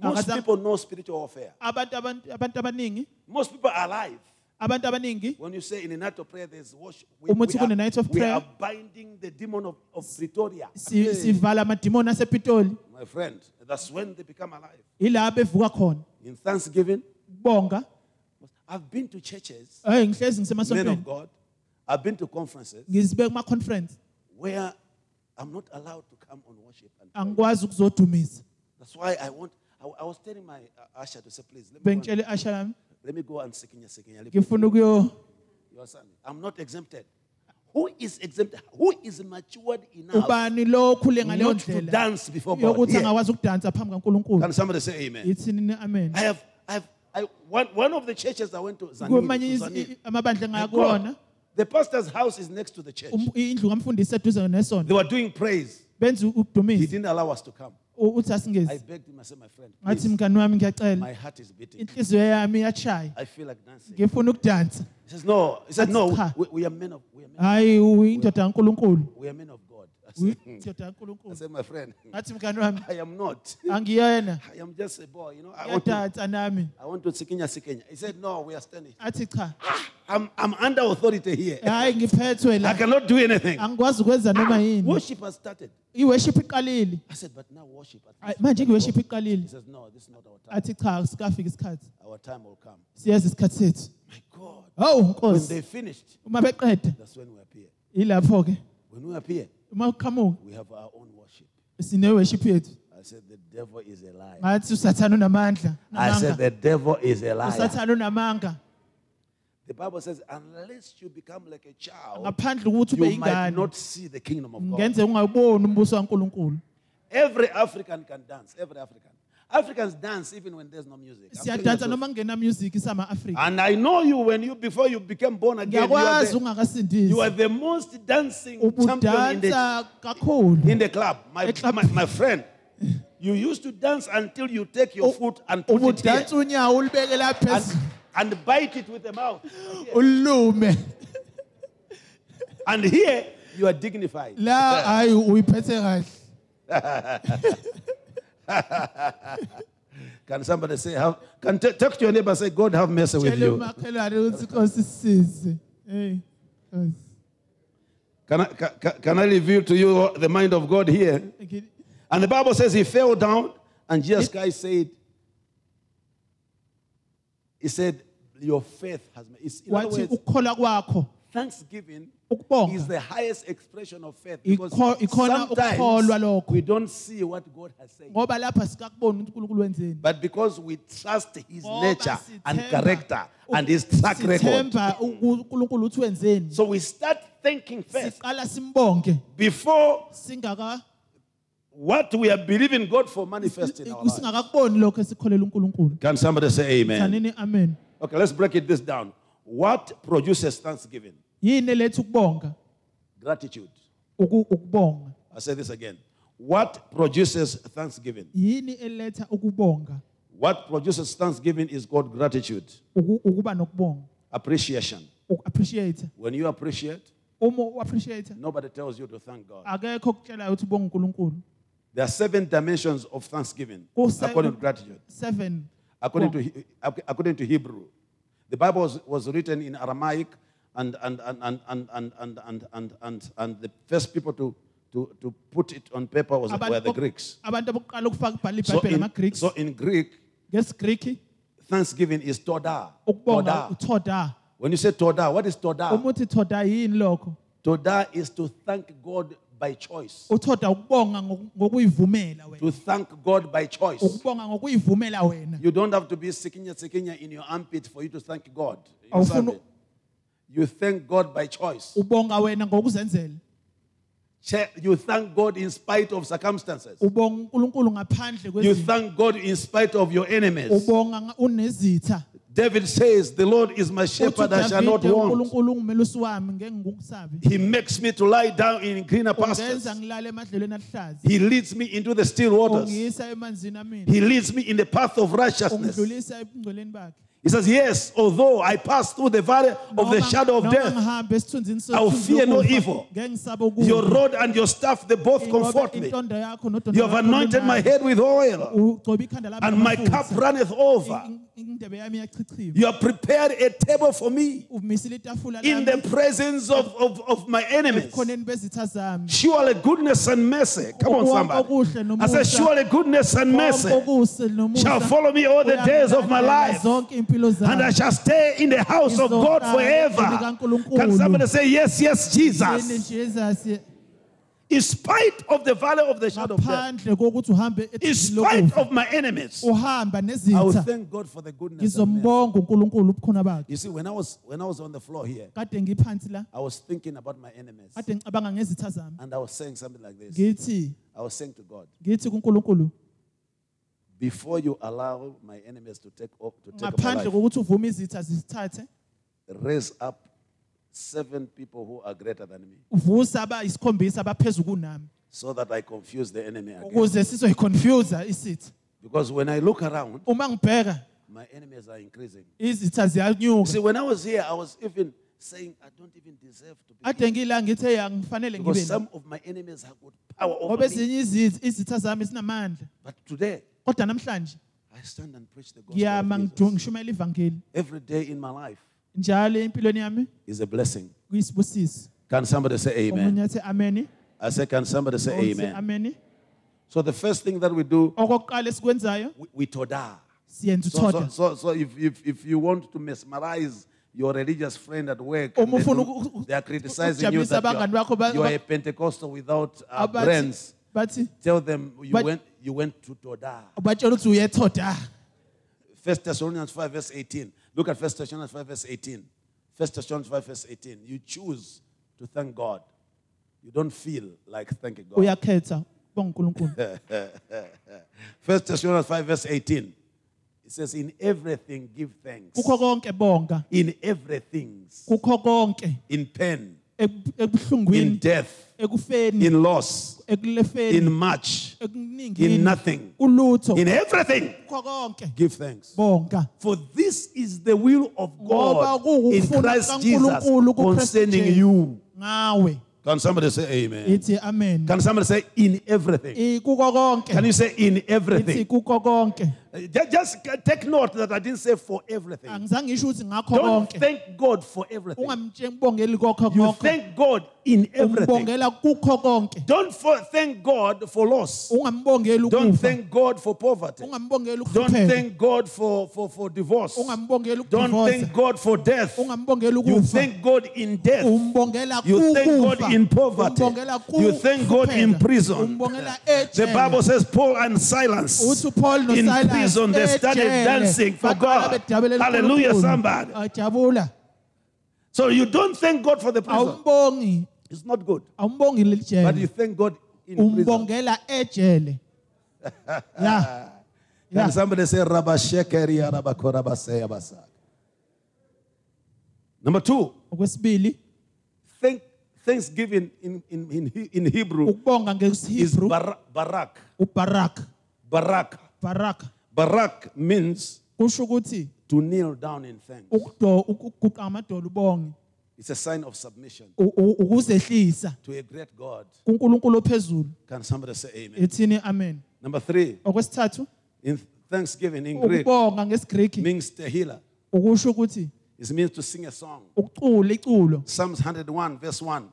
Speaker 1: Most
Speaker 2: Akazange-
Speaker 1: people know spiritual warfare.
Speaker 2: abantu abantu- abantu abaningi
Speaker 1: Most people are alive.
Speaker 2: abantu abaningi
Speaker 1: When you say in the night of prayer, there's worship.
Speaker 2: Uma uthi
Speaker 1: are,
Speaker 2: kune night of
Speaker 1: we
Speaker 2: prayer-
Speaker 1: are binding the demon of, of Pretoria.
Speaker 2: si- sivala amadimoni asepitoli
Speaker 1: My friend, that's when they become alive.
Speaker 2: ila bevuka khona
Speaker 1: In thanksgiving,
Speaker 2: bonga
Speaker 1: I've been to churches
Speaker 2: Eh ngihlezi
Speaker 1: men of
Speaker 2: ngisemasontweni
Speaker 1: God, I've been to conferences
Speaker 2: ngizibeke kuma conference
Speaker 1: where I'm not allowed to come on worship. And pray.
Speaker 2: angikwazi ukuzodumisa
Speaker 1: That's why I want, I, I was telling my uh, usher to say, please, let me, go and,
Speaker 2: bengitshele asha lami
Speaker 1: let me go and sikinya sikinya. Let me
Speaker 2: ngifuna ukuyo
Speaker 1: pray. You understand? I'm not exempted. Who is exempted? Who is matured enough
Speaker 2: ubani lo okhule ngaleyo
Speaker 1: not to
Speaker 2: ndlela
Speaker 1: dance before God?
Speaker 2: yokuthi
Speaker 1: Here.
Speaker 2: angakwazi ukudansa phambi kaNkuluNkulu
Speaker 1: Can somebody say amen?
Speaker 2: yithini na amen
Speaker 1: I have, I have, I, one, one of the churches I went to, Zanini,
Speaker 2: kumanye
Speaker 1: to
Speaker 2: iz-
Speaker 1: Zanini,
Speaker 2: i- amabandla
Speaker 1: I Um-
Speaker 2: ngakona
Speaker 1: go- the pastor's house is next to the church.
Speaker 2: indlu kamfundisi eduze
Speaker 1: They
Speaker 2: nesonto
Speaker 1: were doing praise.
Speaker 2: benza
Speaker 1: He
Speaker 2: ukudumisa
Speaker 1: didn't allow us to come.
Speaker 2: u- uthi
Speaker 1: I
Speaker 2: asingezi
Speaker 1: begged him, I said, my friend,
Speaker 2: ngathi
Speaker 1: please,
Speaker 2: mngani wami ngiyacela
Speaker 1: my heart is beating.
Speaker 2: inhliziyo yami iyashaya
Speaker 1: I feel like dancing. He
Speaker 2: ngifuna ukudansa
Speaker 1: says, no. He said, no,
Speaker 2: Cha.
Speaker 1: we, we are men of, we are men,
Speaker 2: hhayi uyindoda kankulunkulu
Speaker 1: we are men of God. I said,
Speaker 2: uyindoda
Speaker 1: I
Speaker 2: kankulunkulu
Speaker 1: said, my friend,
Speaker 2: ngathi mngani wami
Speaker 1: I am not.
Speaker 2: angiyena
Speaker 1: I am just a boy, you know. I want to,
Speaker 2: ngiyadansa nami
Speaker 1: I want to sikinya sikinya. He said, no, we are standing.
Speaker 2: athi cha
Speaker 1: I'm, I'm under authority here.
Speaker 2: hhayi ngiphethwe
Speaker 1: I
Speaker 2: la
Speaker 1: cannot do anything.
Speaker 2: angikwazi ukwenza noma yini
Speaker 1: Worship has started.
Speaker 2: i-worship iqalile
Speaker 1: I said, but now worship. at
Speaker 2: Ay,
Speaker 1: least
Speaker 2: manje
Speaker 1: we
Speaker 2: i-worship
Speaker 1: can go." He
Speaker 2: iqalile
Speaker 1: says, no, this is not our time.
Speaker 2: athi cha sikafika isikhathi
Speaker 1: Our time will come.
Speaker 2: siyazi isikhathi sethu
Speaker 1: My God.
Speaker 2: hawu
Speaker 1: When
Speaker 2: nkosi
Speaker 1: they finished,
Speaker 2: uma beqeda
Speaker 1: that's when we appear.
Speaker 2: yilapho-ke
Speaker 1: When we appear,
Speaker 2: uma uqhamuka
Speaker 1: we have our own worship.
Speaker 2: sine-worship yethu
Speaker 1: I said, the devil is a liar.
Speaker 2: ngathi usathane unamandla
Speaker 1: I said,
Speaker 2: namanga.
Speaker 1: the devil is a liar.
Speaker 2: usathane unamanga
Speaker 1: The Bible says, unless you become like a child,
Speaker 2: ngaphandle kokuthi ube
Speaker 1: you might
Speaker 2: yingane
Speaker 1: not see the kingdom of God.
Speaker 2: ngenze ungawuboni umbuso kankulunkulu
Speaker 1: Every African can dance. Every African. Africans dance even when there's no music. I'm telling you
Speaker 2: siyadansa
Speaker 1: the
Speaker 2: noma kungena music
Speaker 1: truth.
Speaker 2: isama-afrika
Speaker 1: And I know you when you before you became born again. Ah, You are,
Speaker 2: ngiyakwazi
Speaker 1: the,
Speaker 2: ungakasindisi
Speaker 1: you are the most dancing champion in the,
Speaker 2: ubudansa kakhulu
Speaker 1: in the club. My,
Speaker 2: Club.
Speaker 1: my, my friend, you used to dance until you take your
Speaker 2: U-
Speaker 1: foot and put it here
Speaker 2: ubudansa unyawo ulubeke la
Speaker 1: and,
Speaker 2: phezulu
Speaker 1: and bite it with the mouth.
Speaker 2: ulume
Speaker 1: And here you are dignified.
Speaker 2: la hayi uyiphethe kahle
Speaker 1: Can somebody say, have, can t- talk to your neighbor say, God have mercy with
Speaker 2: tshele
Speaker 1: you?
Speaker 2: umakhelwane ukuthi nkosi sisize Hey, Nkosi.
Speaker 1: Can I, ca- ca- can I reveal to you the mind of God here?
Speaker 2: Ngi-
Speaker 1: And the Bible says he fell down, and Jesus Christ said, He said, Your faith has made. It's, in other
Speaker 2: wathi
Speaker 1: words,
Speaker 2: ukukholwa kwakho
Speaker 1: thanksgiving is
Speaker 2: ukubonga
Speaker 1: the highest expression of faith.
Speaker 2: Ikho-
Speaker 1: Because
Speaker 2: ikhona ukukholwa
Speaker 1: sometimes
Speaker 2: lokho
Speaker 1: we don't see what God has said.
Speaker 2: ngoba lapha sikakubona ukuthi unkulunkulu wenzeni
Speaker 1: But because we trust his
Speaker 2: Ngoba
Speaker 1: nature and
Speaker 2: sithemba-
Speaker 1: character and his track record.
Speaker 2: sithemba uku- unkulunkulu uthi wenzeni
Speaker 1: So we start thanking first
Speaker 2: siqala simbonge
Speaker 1: before
Speaker 2: singaka
Speaker 1: what we are believing God for manifest in our life.
Speaker 2: singakakuboni lokho esikholela unkulunkulu
Speaker 1: Can somebody say amen?
Speaker 2: sanini amen
Speaker 1: Okay, let's break it this down. What produces thanksgiving?
Speaker 2: yini eletha ukubonga
Speaker 1: Gratitude.
Speaker 2: Uku- ukubonga
Speaker 1: I say this again. What produces thanksgiving?
Speaker 2: yini eletha ukubonga
Speaker 1: What produces thanksgiving is called gratitude,
Speaker 2: Uku- ukuba nokubonga
Speaker 1: appreciation.
Speaker 2: uku-appreciate
Speaker 1: When you appreciate,
Speaker 2: uma u-appreciate
Speaker 1: nobody tells you to thank God.
Speaker 2: akekho okutshelayo ukuthi ubonga unkulunkulu
Speaker 1: There are seven dimensions of thanksgiving
Speaker 2: Kuseven-
Speaker 1: according to gratitude,
Speaker 2: seven
Speaker 1: according to He- according to Hebrew. The Bible was, was written in Aramaic, and and and and and and and and and, and, and the first people to, to, to put it on paper was, were the
Speaker 2: Abantu-
Speaker 1: Greeks.
Speaker 2: abantu abokuqala ukufaka ibhala
Speaker 1: So
Speaker 2: ibhayibheli
Speaker 1: in,
Speaker 2: ama-greeks
Speaker 1: so in Greek,
Speaker 2: ngesigriki
Speaker 1: thanksgiving is toda.
Speaker 2: ukubonga
Speaker 1: Toda. Ah.
Speaker 2: uthoda
Speaker 1: When you say toda, what is toda?
Speaker 2: uma uthi thoda yini lokho
Speaker 1: Toda is to thank God by choice.
Speaker 2: uthoda ukubonga ngoku- ngokuyivumela wena
Speaker 1: To thank God by choice.
Speaker 2: ukubonga ngokuyivumela wena
Speaker 1: You don't have to be sikinya sikinya in your armpit for you to thank God. You
Speaker 2: Awufuni-
Speaker 1: understand me? You thank God by choice.
Speaker 2: ubonga wena ngokuzenzela
Speaker 1: Che- You thank God in spite of circumstances.
Speaker 2: ubonga unkulunkulu ngaphandle
Speaker 1: You
Speaker 2: kwezinto
Speaker 1: thank God in spite of your enemies.
Speaker 2: ubonga nga- unezitha
Speaker 1: David says, The Lord is my
Speaker 2: uthi
Speaker 1: shepherd, I shall not
Speaker 2: uDavide,
Speaker 1: want.
Speaker 2: unkulunkulu ungumelusi wami ngeke ngikungisabe
Speaker 1: He makes me to lie down in greener pastures.
Speaker 2: ungenza ngilale emadlelweni aluhlaza
Speaker 1: He leads me into the still waters.
Speaker 2: ungiyisa emanzini amina
Speaker 1: He leads me in the path of righteousness.
Speaker 2: ungidlulisa ebungcweleni bakhe
Speaker 1: He says, Yes, although I pass through the valley of the
Speaker 2: Noma-
Speaker 1: shadow of
Speaker 2: noma
Speaker 1: death,
Speaker 2: ngihambe esithunzini
Speaker 1: I'll
Speaker 2: sothunzi
Speaker 1: fear no
Speaker 2: lokufa,
Speaker 1: evil.
Speaker 2: ngeke ngisabe ukufa.
Speaker 1: your rod and your staff, they both
Speaker 2: Ngoba
Speaker 1: comfort me.
Speaker 2: intondo yakho nodondolo
Speaker 1: You have
Speaker 2: lakho
Speaker 1: anointed my
Speaker 2: limnandi.
Speaker 1: head with oil,
Speaker 2: Ugcobe ikhanda lami
Speaker 1: and my cup
Speaker 2: ngamafutha.
Speaker 1: runneth over.
Speaker 2: In- in- indebe yami iyachichima
Speaker 1: You have prepared a table for me
Speaker 2: umisile itafula
Speaker 1: in the
Speaker 2: lami
Speaker 1: presence of, of, of my enemies.
Speaker 2: ekhoneni bezitha zami
Speaker 1: Surely goodness and mercy. Come on, somebody. I said, Surely goodness and mercy
Speaker 2: okuhle nomusa
Speaker 1: shall follow me all the days of my
Speaker 2: uyangilandela
Speaker 1: life.
Speaker 2: zonke impilo
Speaker 1: And I shall stay in the house of God forever. Can somebody say, Yes, yes, Jesus?
Speaker 2: Jesus
Speaker 1: In spite of the valley of the shadow of death,
Speaker 2: ngaphandle kokuthi uhambe
Speaker 1: in
Speaker 2: ethunzini
Speaker 1: spite
Speaker 2: lokufa,
Speaker 1: of my enemies,
Speaker 2: uhamba
Speaker 1: I will
Speaker 2: nezitha
Speaker 1: thank God for the goodness and mercy.
Speaker 2: ngizombonga uNkulunkulu ubukhona bakhe
Speaker 1: You see, when I was when I was on the floor here,
Speaker 2: kade ngiphansi la
Speaker 1: I was thinking about my enemies,
Speaker 2: kade ngicabanga ngezitha zami
Speaker 1: and I was saying something like this.
Speaker 2: ngithi
Speaker 1: I was saying to God,
Speaker 2: ngithi kuNkulunkulu
Speaker 1: before you allow my enemies to take up to take up my
Speaker 2: ngaphandle
Speaker 1: life,
Speaker 2: kokuthi uvume izitha zisithathe
Speaker 1: raise up seven people who are greater than me.
Speaker 2: uvusa abayisikhombisa abaphezulu kunami
Speaker 1: so that I confuse the enemy again.
Speaker 2: ukuze sizoyiconfuse isithi
Speaker 1: Because when I look around,
Speaker 2: uma ngibheka
Speaker 1: my enemies are increasing.
Speaker 2: izitha
Speaker 1: You see,
Speaker 2: ziyanyuka
Speaker 1: when I was here, I was even saying, I don't even deserve to be here.
Speaker 2: ade ngila ngithe ya ngifanele
Speaker 1: Because
Speaker 2: ngibe la.
Speaker 1: some of my enemies have got power
Speaker 2: ngoba
Speaker 1: over me.
Speaker 2: ezinye izitha izitha zami zinamandla
Speaker 1: But today,
Speaker 2: kodwa namhlanje
Speaker 1: I stand and preach the
Speaker 2: ngiyama
Speaker 1: gospel. Of Jesus.
Speaker 2: ngishumayela ivangeli
Speaker 1: Every day in my life
Speaker 2: njalo empilweni yami
Speaker 1: is a blessing.
Speaker 2: kuyisibusiso
Speaker 1: Can somebody say
Speaker 2: omunye
Speaker 1: amen?
Speaker 2: athi ameni
Speaker 1: I say, can somebody say
Speaker 2: omunye athi
Speaker 1: amen?
Speaker 2: ameni
Speaker 1: So the first thing that we do,
Speaker 2: okokuqala esikwenzayo
Speaker 1: we, we todah.
Speaker 2: siyenza
Speaker 1: So, so,
Speaker 2: uthoda
Speaker 1: so, so if, if, if you want to mesmerize your religious friend at work,
Speaker 2: Uma
Speaker 1: and they,
Speaker 2: ufuna
Speaker 1: do-
Speaker 2: Oh, uku-
Speaker 1: they are criticizing you
Speaker 2: ukujabulisa
Speaker 1: that
Speaker 2: abangani bakho
Speaker 1: you are,
Speaker 2: ba-
Speaker 1: you are
Speaker 2: ba-
Speaker 1: a Pentecostal without uh,
Speaker 2: Abathi-
Speaker 1: brains.
Speaker 2: bathi
Speaker 1: Tell them you
Speaker 2: But-
Speaker 1: went you went to Todah.
Speaker 2: batshela ukuthi Ah, uyethoda
Speaker 1: First Thessalonians 5 verse 18. Look at First Thessalonians 5 verse 18. First Thessalonians 5 verse 18. You choose to thank God. You don't feel like thanking God.
Speaker 2: uyakhetha bongunkulunkulu
Speaker 1: First Thessalonians 5 verse 18. It says, In everything give thanks.
Speaker 2: kukho konke bonga
Speaker 1: In everything.
Speaker 2: kukho konke
Speaker 1: In pain.
Speaker 2: ebu-
Speaker 1: In
Speaker 2: ebuhlungwini
Speaker 1: death.
Speaker 2: ekufeni
Speaker 1: In loss. In
Speaker 2: ekulefeni
Speaker 1: much. In
Speaker 2: ekuningini
Speaker 1: nothing.
Speaker 2: ulutho
Speaker 1: In everything.
Speaker 2: kukho konke
Speaker 1: Give thanks.
Speaker 2: bonga
Speaker 1: For this is the will of
Speaker 2: Ngoba
Speaker 1: God in
Speaker 2: kukufuna
Speaker 1: Christ Jesus
Speaker 2: kaNkulunkulu kuKhristu
Speaker 1: concerning
Speaker 2: Jesu.
Speaker 1: you.
Speaker 2: ngawe
Speaker 1: Can somebody say amen?
Speaker 2: ithi amen
Speaker 1: Can somebody say in everything?
Speaker 2: I- kukho
Speaker 1: Can you
Speaker 2: konke
Speaker 1: say in
Speaker 2: ithi
Speaker 1: everything?
Speaker 2: kukho konke
Speaker 1: Uh, ju- Just, c- take note that I didn't say for everything.
Speaker 2: angizange ngisho ukuthi ngakho
Speaker 1: Don't
Speaker 2: konke
Speaker 1: thank God for everything.
Speaker 2: ungamtshengibongeli kokho
Speaker 1: You
Speaker 2: konke
Speaker 1: thank God in everything.
Speaker 2: umbongela kukho konke
Speaker 1: Don't for, thank God for loss.
Speaker 2: ungambongeli
Speaker 1: Don't
Speaker 2: ukufa
Speaker 1: thank God for poverty.
Speaker 2: ungambongeli
Speaker 1: Don't
Speaker 2: ukuhlupheka
Speaker 1: thank God for, for, for divorce.
Speaker 2: ungambongeli
Speaker 1: Don't
Speaker 2: ukudivorce
Speaker 1: thank God for death.
Speaker 2: ungambongeli
Speaker 1: You
Speaker 2: ukufa
Speaker 1: thank God in death.
Speaker 2: umbongela
Speaker 1: You thank
Speaker 2: kukufa.
Speaker 1: God in poverty.
Speaker 2: Umbongela
Speaker 1: You thank God in
Speaker 2: kuhlupheka.
Speaker 1: prison.
Speaker 2: umbongela
Speaker 1: The
Speaker 2: ejele.
Speaker 1: Bible says Paul and Silas
Speaker 2: uthi uPaul
Speaker 1: in
Speaker 2: noSilas
Speaker 1: prison they started
Speaker 2: ejele.
Speaker 1: dancing for
Speaker 2: Baqala
Speaker 1: God.
Speaker 2: bedabelela
Speaker 1: Hallelujah,
Speaker 2: uNkulunkulu.
Speaker 1: somebody.
Speaker 2: ajabula
Speaker 1: So you don't thank God for the prison.
Speaker 2: awumbongi
Speaker 1: It's not good.
Speaker 2: awumbongi leli
Speaker 1: But you
Speaker 2: jele
Speaker 1: thank God in prison.
Speaker 2: umbongela ejele ya
Speaker 1: Can
Speaker 2: ya
Speaker 1: somebody say Rabashekeria Rabakorabaseya Basak? Number two,
Speaker 2: okwesibili
Speaker 1: thank, thanksgiving in, in, in, He- in Hebrew
Speaker 2: ukubonga
Speaker 1: is
Speaker 2: ngesihebru
Speaker 1: bar, barak.
Speaker 2: ubarak
Speaker 1: Barak.
Speaker 2: barak
Speaker 1: Barak means
Speaker 2: kusho ukuthi
Speaker 1: to kneel down in thanks.
Speaker 2: ukudo- ukuguqa amadolo ubonge
Speaker 1: It's a sign of submission
Speaker 2: u- u- ukuzehlisa
Speaker 1: to a great God.
Speaker 2: kuNkulunkulu ophezulu
Speaker 1: Can somebody say amen?
Speaker 2: ethini amen
Speaker 1: Number three,
Speaker 2: okwesithathu
Speaker 1: in thanksgiving
Speaker 2: Oh,
Speaker 1: in Greek
Speaker 2: ukubonga ngesigriki
Speaker 1: means tehila.
Speaker 2: ukusho ukuthi
Speaker 1: It means to sing a song.
Speaker 2: ukucula iculo
Speaker 1: Psalms 101, verse 1.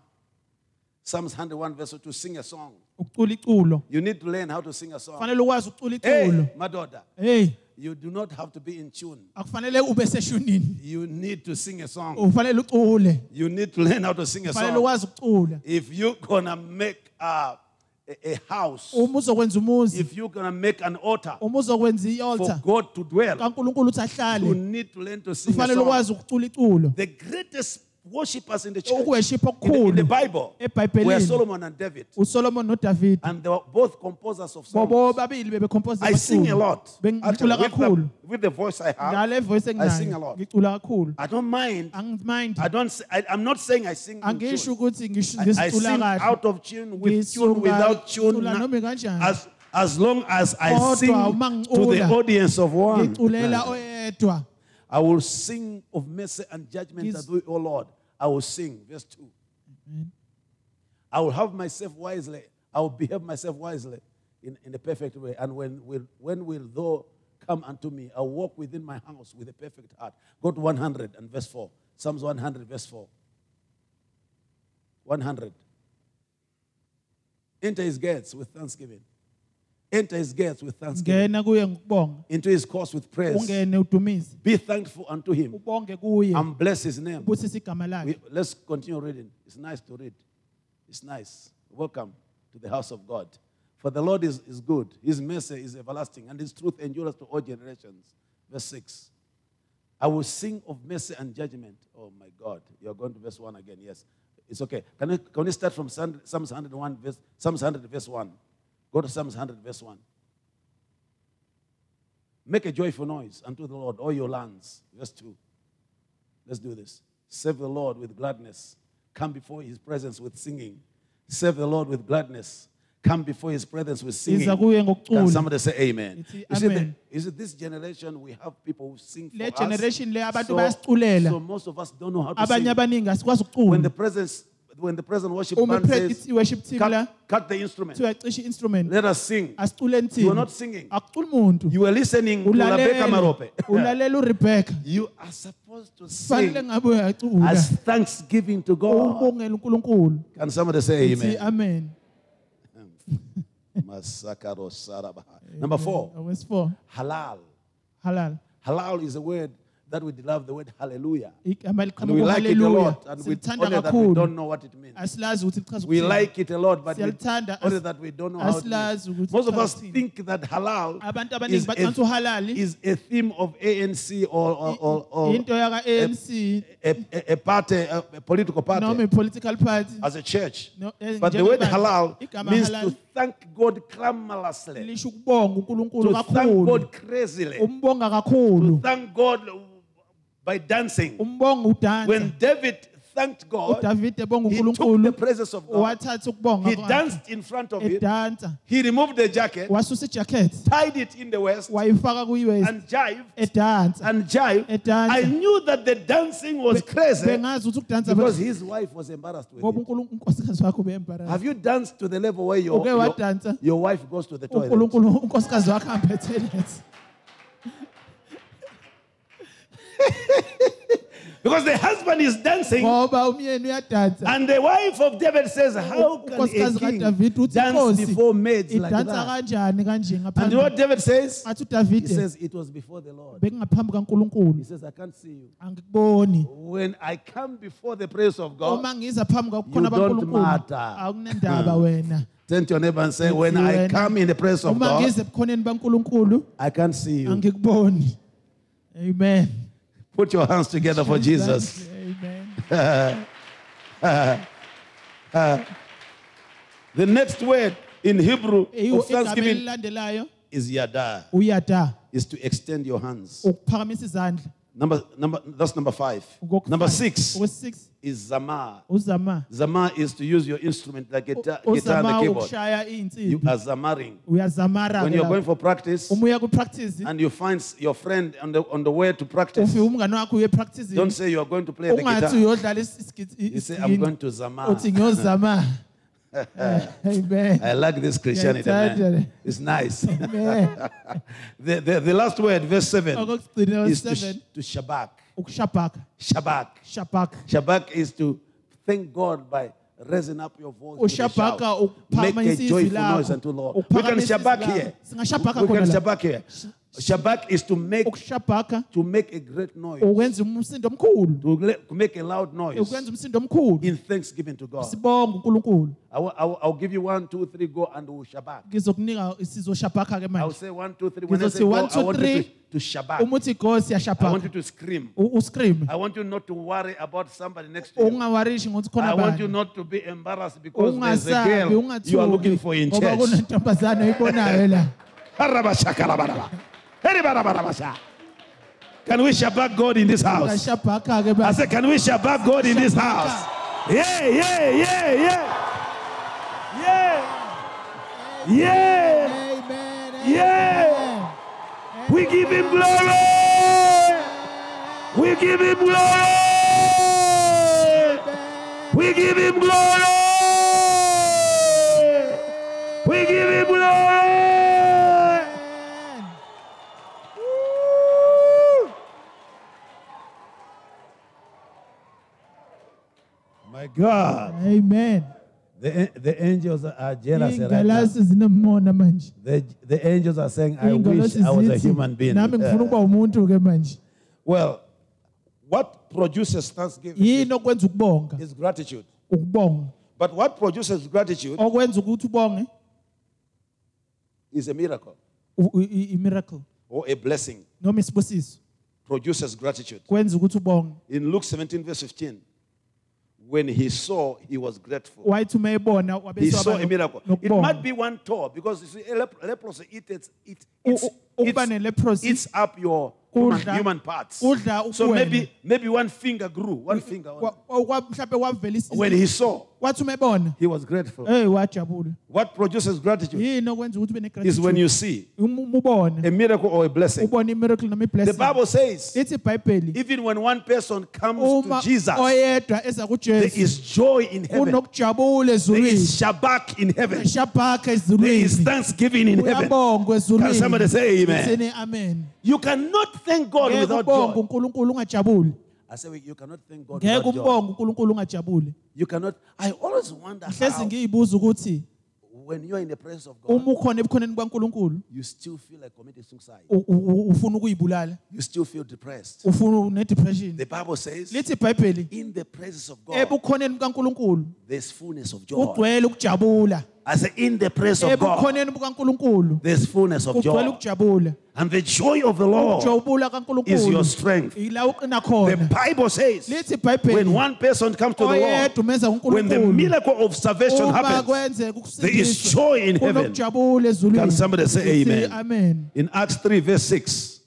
Speaker 1: Psalms 101, verse 2, sing a song.
Speaker 2: ukucula iculo
Speaker 1: You need to learn how to sing a song.
Speaker 2: kufanele ukwazi ukucula iculo
Speaker 1: Hey, my daughter,
Speaker 2: hey
Speaker 1: you do not have to be in tune.
Speaker 2: akufanele ube seshunini
Speaker 1: You need to sing a song.
Speaker 2: ufanele ucule
Speaker 1: You need to learn how to sing a
Speaker 2: kufanele
Speaker 1: song.
Speaker 2: ukwazi ukucula
Speaker 1: If you're going to make a, a, a house,
Speaker 2: uma uzokwenza umuzi
Speaker 1: if you're going to make an altar
Speaker 2: uma uzokwenza i-altar
Speaker 1: for God to dwell,
Speaker 2: kaNkulunkulu uthi
Speaker 1: you
Speaker 2: ahlale
Speaker 1: need to learn to sing a
Speaker 2: kufanele
Speaker 1: song.
Speaker 2: ukwazi ukucula iculo
Speaker 1: The greatest worshippers in the church,
Speaker 2: ukuweshipha
Speaker 1: in the, in the
Speaker 2: okukhulu
Speaker 1: Bible, were
Speaker 2: ebhayibhelini
Speaker 1: Solomon and David.
Speaker 2: uSolomon noDavid
Speaker 1: And they were both composers of
Speaker 2: bobo
Speaker 1: songs.
Speaker 2: babili bebecompose
Speaker 1: I sing a
Speaker 2: amaculo.
Speaker 1: lot.
Speaker 2: bengicula
Speaker 1: Actually, with, the,
Speaker 2: kakhulu
Speaker 1: with the voice I have,
Speaker 2: ngale voice
Speaker 1: sing a
Speaker 2: enginayo
Speaker 1: lot.
Speaker 2: ngicula kakhulu
Speaker 1: I don't mind.
Speaker 2: angimind
Speaker 1: I don't. Say, I, I'm not saying I sing. in tune.
Speaker 2: angisho ukuthi ngisho-
Speaker 1: I, I
Speaker 2: ngisicula
Speaker 1: sing
Speaker 2: kahle
Speaker 1: out of tune, with tune,
Speaker 2: Ngisuka
Speaker 1: without tune.
Speaker 2: ngicula
Speaker 1: na-
Speaker 2: noma ikanjani.
Speaker 1: As as long as I
Speaker 2: Kodwa
Speaker 1: sing
Speaker 2: uma
Speaker 1: to the
Speaker 2: ngicula,
Speaker 1: audience of one,
Speaker 2: ngiculela oyedwa
Speaker 1: I will sing of mercy and judgment
Speaker 2: Ngiz-
Speaker 1: that we, oh Lord, I will sing. Verse 2. I will have myself wisely. I will behave myself wisely in, in the perfect way. And when will, when will thou come unto me? I will walk within my house with a perfect heart. Go to 100 and verse 4. Psalms 100, verse 4. 100. Enter his gates with thanksgiving. Enter his gates with thanksgiving.
Speaker 2: ngena kuye ngikubonga
Speaker 1: Into his courts with praise.
Speaker 2: ungene udumise
Speaker 1: Be thankful unto him
Speaker 2: ubonge kuye
Speaker 1: and bless his name.
Speaker 2: ubusise igama
Speaker 1: We,
Speaker 2: lakhe
Speaker 1: let's continue reading. It's nice to read. It's nice. Welcome to the house of God. For the Lord is, is good, his mercy is everlasting, and his truth endures to all generations. Verse 6. I will sing of mercy and judgment. Oh my God. You're going to verse 1 again. Yes. It's okay. Can we, can we start from Psalm- Psalms 101, verse, Psalms 100, verse 1? Go to Psalms 100, verse 1. Make a joyful noise unto the Lord, all your lands. Verse 2. Let's do this. Serve the Lord with gladness. Come before his presence with singing. Serve the Lord with gladness. Come before his presence with
Speaker 2: iza
Speaker 1: singing.
Speaker 2: kuye
Speaker 1: Can
Speaker 2: ngokucula
Speaker 1: somebody say amen?
Speaker 2: Ithi
Speaker 1: You see, the-
Speaker 2: amen.
Speaker 1: you see, this generation, we have people who sing for
Speaker 2: Le
Speaker 1: us.
Speaker 2: generation le, abantu
Speaker 1: So-
Speaker 2: bayasiculela.
Speaker 1: So most of us don't know how to
Speaker 2: abanye
Speaker 1: sing.
Speaker 2: abaningi asikwazi
Speaker 1: When the
Speaker 2: ukucula
Speaker 1: presence, when the present worship
Speaker 2: uma
Speaker 1: band
Speaker 2: i-prayer-
Speaker 1: says,
Speaker 2: ithi i-worship team la
Speaker 1: cut, cut the instrument,
Speaker 2: kuthiwa cishe i-instrument
Speaker 1: let us sing.
Speaker 2: asiculeni
Speaker 1: You are
Speaker 2: thina
Speaker 1: not singing.
Speaker 2: akucula umuntu
Speaker 1: You are listening to Rebecca
Speaker 2: Ulalela-
Speaker 1: Marope.
Speaker 2: ulalela urebecca
Speaker 1: You are supposed to
Speaker 2: kufanele
Speaker 1: sing
Speaker 2: ngabe uyacula
Speaker 1: as thanksgiving to God.
Speaker 2: ubongela unkulunkulu
Speaker 1: Can somebody say
Speaker 2: Uthi
Speaker 1: amen?
Speaker 2: amen
Speaker 1: Masakaro sarabaha. Number four,
Speaker 2: Verse four
Speaker 1: halal.
Speaker 2: halal
Speaker 1: Halal is a word that we love, the word hallelujah.
Speaker 2: igama
Speaker 1: And
Speaker 2: liqhamuka
Speaker 1: we like it a
Speaker 2: kuhaleluya
Speaker 1: lot, and we
Speaker 2: silithanda
Speaker 1: only that we don't
Speaker 2: kakhulu
Speaker 1: know what it means.
Speaker 2: asilazi ukuthi lichaza
Speaker 1: We
Speaker 2: ukuthini.
Speaker 1: like it a lot, but we,
Speaker 2: Siyalithanda, as-
Speaker 1: only that we don't know how it means.
Speaker 2: asilazi ukuthi
Speaker 1: Most of us
Speaker 2: lichaza ukuthini.
Speaker 1: think that halal
Speaker 2: abantu
Speaker 1: is
Speaker 2: abaningi bacansa
Speaker 1: a,
Speaker 2: uhalali
Speaker 1: is a theme of ANC or, or, or, or
Speaker 2: into yaka-anc
Speaker 1: a, a, a party, a, a political party,
Speaker 2: noma i-political party
Speaker 1: as a church.
Speaker 2: No, eh,
Speaker 1: But the word
Speaker 2: njengebandla,
Speaker 1: halal
Speaker 2: igama
Speaker 1: means
Speaker 2: halal
Speaker 1: to thank God clamorously,
Speaker 2: lisho ukubonga unkulunkulu
Speaker 1: to thank
Speaker 2: kakhulu
Speaker 1: God crazily,
Speaker 2: umbonga kakhulu
Speaker 1: thank God by dancing.
Speaker 2: umbonga
Speaker 1: When
Speaker 2: udansa
Speaker 1: David thanked God,
Speaker 2: udavide ebonga
Speaker 1: he took the
Speaker 2: unkulunkulu
Speaker 1: presence of God.
Speaker 2: wathatha ukubonga
Speaker 1: He
Speaker 2: kwakhe,
Speaker 1: danced in front of it.
Speaker 2: edansa
Speaker 1: He removed the jacket,
Speaker 2: wasusa ijakhethi
Speaker 1: tied it in the waist,
Speaker 2: wayifaka kuyiwesi
Speaker 1: and jived
Speaker 2: edansa
Speaker 1: and jived.
Speaker 2: Edansa.
Speaker 1: I knew that the dancing was crazy
Speaker 2: bengazi ukuthi ukudansa
Speaker 1: because his wife was embarrassed with
Speaker 2: ngoba
Speaker 1: it.
Speaker 2: unkulunkulu unkosikazi wakho be-embarasa
Speaker 1: Have you danced to the level where your,
Speaker 2: Uke
Speaker 1: your,
Speaker 2: wadansa.
Speaker 1: your wife goes to the toilet?
Speaker 2: unkulunkulu unkosikazi wakho hambe ethelet
Speaker 1: Because the husband is dancing,
Speaker 2: ngoba umyeni uyadansa
Speaker 1: and the wife of David says, How can a
Speaker 2: Unkosikazi
Speaker 1: king
Speaker 2: kaDavid uthi,
Speaker 1: dance
Speaker 2: "Nkosi,
Speaker 1: before maids like
Speaker 2: idansa
Speaker 1: that?
Speaker 2: kanjani kanje
Speaker 1: And you know what
Speaker 2: ngaphambi
Speaker 1: David says?
Speaker 2: athi
Speaker 1: He
Speaker 2: udavide
Speaker 1: says, It was before the Lord.
Speaker 2: bekungaphambi kankulunkulu
Speaker 1: He says, I can't see you.
Speaker 2: angikuboni
Speaker 1: When I come before the presence of God,
Speaker 2: uma ngiza phambi
Speaker 1: You
Speaker 2: kwakukhona
Speaker 1: don't
Speaker 2: bankulunkulu
Speaker 1: matter.
Speaker 2: akunendaba wena
Speaker 1: turn to your neighbor and say, When I
Speaker 2: wena.
Speaker 1: come in the presence of
Speaker 2: uma
Speaker 1: God,
Speaker 2: ngiza ebukhoneni bankulunkulu
Speaker 1: I can't see you.
Speaker 2: angikuboni amen
Speaker 1: Put your hands together for Jesus.
Speaker 2: amen
Speaker 1: The next word in Hebrew
Speaker 2: Eyiwo-
Speaker 1: of
Speaker 2: igama
Speaker 1: thanksgiving
Speaker 2: elilandelayo
Speaker 1: is yada,
Speaker 2: uyada
Speaker 1: is to extend your hands.
Speaker 2: ukuphakamisa izandla
Speaker 1: Number, number, that's number five.
Speaker 2: Okokufa-
Speaker 1: Number six
Speaker 2: okwesix
Speaker 1: is zama.
Speaker 2: uzama
Speaker 1: Zama is to use your instrument like guitar,
Speaker 2: O-
Speaker 1: guitar and the
Speaker 2: uzama
Speaker 1: keyboard.
Speaker 2: ukushaya
Speaker 1: You
Speaker 2: iy'nsimbi
Speaker 1: are zamaring.
Speaker 2: uyazamara
Speaker 1: When you're going for practice
Speaker 2: uma uya kupractice
Speaker 1: and you find your friend on the, on the way to practice,
Speaker 2: ufike umngane wakho uye
Speaker 1: don't
Speaker 2: epracticini
Speaker 1: say you are going to play the
Speaker 2: ungathi
Speaker 1: guitar.
Speaker 2: uyodlala is- is-
Speaker 1: You
Speaker 2: is-
Speaker 1: say, I'm going
Speaker 2: isgini.
Speaker 1: to zama.
Speaker 2: uthi ngiyozama amen
Speaker 1: I like this Christianity, man.
Speaker 2: Ngiyayithanda.
Speaker 1: It's nice.
Speaker 2: amen
Speaker 1: the, the, the last word, verse
Speaker 2: Oh,
Speaker 1: 7,
Speaker 2: okokugcina
Speaker 1: is to, sh-
Speaker 2: seven
Speaker 1: to shabak.
Speaker 2: ukushabhaka
Speaker 1: Shabak.
Speaker 2: shabhaka
Speaker 1: Shabak is to thank God by raising up your
Speaker 2: Oh,
Speaker 1: voice. with a
Speaker 2: Ushabhaka
Speaker 1: shout. Make
Speaker 2: ukuphakamisa
Speaker 1: a
Speaker 2: izwi
Speaker 1: joyful
Speaker 2: lakho.
Speaker 1: noise unto Lord. We can
Speaker 2: Ukuphakamisa izwi
Speaker 1: shabak
Speaker 2: lakho.
Speaker 1: here.
Speaker 2: Singashabhaka
Speaker 1: we can
Speaker 2: khona la.
Speaker 1: shabak here. Shabak is to make
Speaker 2: Oh, ukushabhaka
Speaker 1: to make a great noise,
Speaker 2: ukwenza umsindo omkhulu
Speaker 1: to le- to make a loud noise
Speaker 2: ukwenza umsindo omkhulu
Speaker 1: in thanksgiving to God.
Speaker 2: sibonge unkulunkulu
Speaker 1: I will, I will- I'll give you one, two, three, go, and we'll shabak.
Speaker 2: ngizokunika isizoshabhaka ke
Speaker 1: I'll
Speaker 2: manje
Speaker 1: say one, two, three. When I
Speaker 2: Ngizothi
Speaker 1: say go,
Speaker 2: one,
Speaker 1: I
Speaker 2: two,
Speaker 1: want you to,
Speaker 2: three.
Speaker 1: to shabak.
Speaker 2: uma uthi go
Speaker 1: I want you
Speaker 2: siyashabhaka
Speaker 1: to scream.
Speaker 2: u- uscream
Speaker 1: I want you not to worry about somebody next to you.
Speaker 2: ungawarishi
Speaker 1: I
Speaker 2: ngokuthi khona
Speaker 1: want you
Speaker 2: bani
Speaker 1: not to be embarrassed because there's a
Speaker 2: ungasabi
Speaker 1: girl you are looking for
Speaker 2: ungathuki
Speaker 1: in
Speaker 2: ngoba
Speaker 1: church.
Speaker 2: kunentombazane oyibonayo la
Speaker 1: Harabashakalabaraba. Heribarabarabasha. Can we shabak God in this house?
Speaker 2: ngashabhaka ke
Speaker 1: I
Speaker 2: bani
Speaker 1: said, can we shabak God in this house? Yeah, yeah, yeah, yeah. Yeah. Yeah.
Speaker 2: amen
Speaker 1: Yeah. We give him glory. We give him glory. We give him glory. We give him glory. My God.
Speaker 2: amen
Speaker 1: The, the angels are jealous right now.
Speaker 2: iy'ngalazi zinomona manje
Speaker 1: The, the angels are saying, I wish
Speaker 2: Iy'ngalazi
Speaker 1: I was a
Speaker 2: zithi,
Speaker 1: human being.
Speaker 2: nami ngifuna
Speaker 1: Uh,
Speaker 2: ukuba umuntu ke manje
Speaker 1: well, what produces thanksgiving
Speaker 2: yini okwenza ukubonga
Speaker 1: is gratitude.
Speaker 2: ukubonga
Speaker 1: But what produces gratitude
Speaker 2: okwenza ukuthi ubonge
Speaker 1: is a miracle
Speaker 2: u- u- i- i-miracle
Speaker 1: or a blessing.
Speaker 2: noma isibusiso
Speaker 1: Produces gratitude.
Speaker 2: kwenza ukuthi ubonge
Speaker 1: In Luke 17, verse 15, when he saw, he was grateful.
Speaker 2: wayethi uma ebona
Speaker 1: He
Speaker 2: wabe
Speaker 1: saw a
Speaker 2: sewaba
Speaker 1: miracle.
Speaker 2: no-
Speaker 1: It might
Speaker 2: nokubonga
Speaker 1: be one toe because you see, a lep- leprosy it, it, it,
Speaker 2: U-
Speaker 1: it,
Speaker 2: u- ukuba
Speaker 1: it
Speaker 2: ne-leprosy
Speaker 1: eats up your human,
Speaker 2: Kudla-
Speaker 1: human parts.
Speaker 2: kudla
Speaker 1: So
Speaker 2: ukwena.
Speaker 1: maybe, maybe one finger grew, one finger.
Speaker 2: wa- wa- wa- mhlambe wavela isi-
Speaker 1: When he saw,
Speaker 2: watumebona
Speaker 1: He was grateful.
Speaker 2: eh wajabula
Speaker 1: What produces gratitude
Speaker 2: yini okwenza ukuthi ube
Speaker 1: is when
Speaker 2: negratitude
Speaker 1: you see
Speaker 2: Umu- mubone
Speaker 1: a miracle or a blessing.
Speaker 2: ubone miracle noma
Speaker 1: The
Speaker 2: iblessing
Speaker 1: Bible says,
Speaker 2: ithi ibhayibheli
Speaker 1: even when one person comes
Speaker 2: uma
Speaker 1: to Jesus,
Speaker 2: oyedwa eza
Speaker 1: there
Speaker 2: kujesu
Speaker 1: is joy in heaven,
Speaker 2: kunokujabula
Speaker 1: there is
Speaker 2: ezulwini
Speaker 1: Shabbat in heaven,
Speaker 2: shabhaka
Speaker 1: there is
Speaker 2: ezulwini
Speaker 1: thanksgiving in heaven.
Speaker 2: uyabongwa
Speaker 1: Can
Speaker 2: ezulwini
Speaker 1: somebody say amen?
Speaker 2: Sini amen
Speaker 1: You cannot thank God
Speaker 2: ngeke
Speaker 1: without
Speaker 2: ubonge
Speaker 1: joy.
Speaker 2: unkulunkulu ungajabuli
Speaker 1: I say, you cannot thank God
Speaker 2: ngeke
Speaker 1: without joy.
Speaker 2: umbonge unkulunkulu ungajabuli
Speaker 1: You cannot. I always wonder
Speaker 2: hlezi
Speaker 1: how,
Speaker 2: ngiyibuza ukuthi
Speaker 1: when you're in the presence of God,
Speaker 2: uma ukhona ebukhoneni bukankulunkulu
Speaker 1: you still feel like committing suicide.
Speaker 2: u- u- u- ufuna ukuyibulala
Speaker 1: You still feel depressed.
Speaker 2: ufuna ne-depression
Speaker 1: The Bible says,
Speaker 2: lithi ibhayibheli
Speaker 1: in the presence of God,
Speaker 2: ebukhoneni bukankulunkulu
Speaker 1: there's fullness of joy.
Speaker 2: kugcwele ukujabula
Speaker 1: I say, in the presence of God,
Speaker 2: ebukhoneni bukankulunkulu
Speaker 1: there's fullness of
Speaker 2: kugcwele
Speaker 1: joy.
Speaker 2: ukujabula
Speaker 1: And the joy of the Lord
Speaker 2: ukujabula
Speaker 1: is your
Speaker 2: kankulunkulu
Speaker 1: strength.
Speaker 2: ila uqina
Speaker 1: The
Speaker 2: khona
Speaker 1: Bible says,
Speaker 2: lithi ibhayibheli
Speaker 1: when one person comes to Oh the Lord,
Speaker 2: oyedwa umeza
Speaker 1: when the
Speaker 2: kunkulunkulu
Speaker 1: miracle of salvation
Speaker 2: uma
Speaker 1: happens,
Speaker 2: kwenzeka
Speaker 1: there is joy in heaven.
Speaker 2: kunokujabula ezulwini
Speaker 1: Can somebody say
Speaker 2: Lithi
Speaker 1: amen?
Speaker 2: amen
Speaker 1: In Acts 3, verse 6,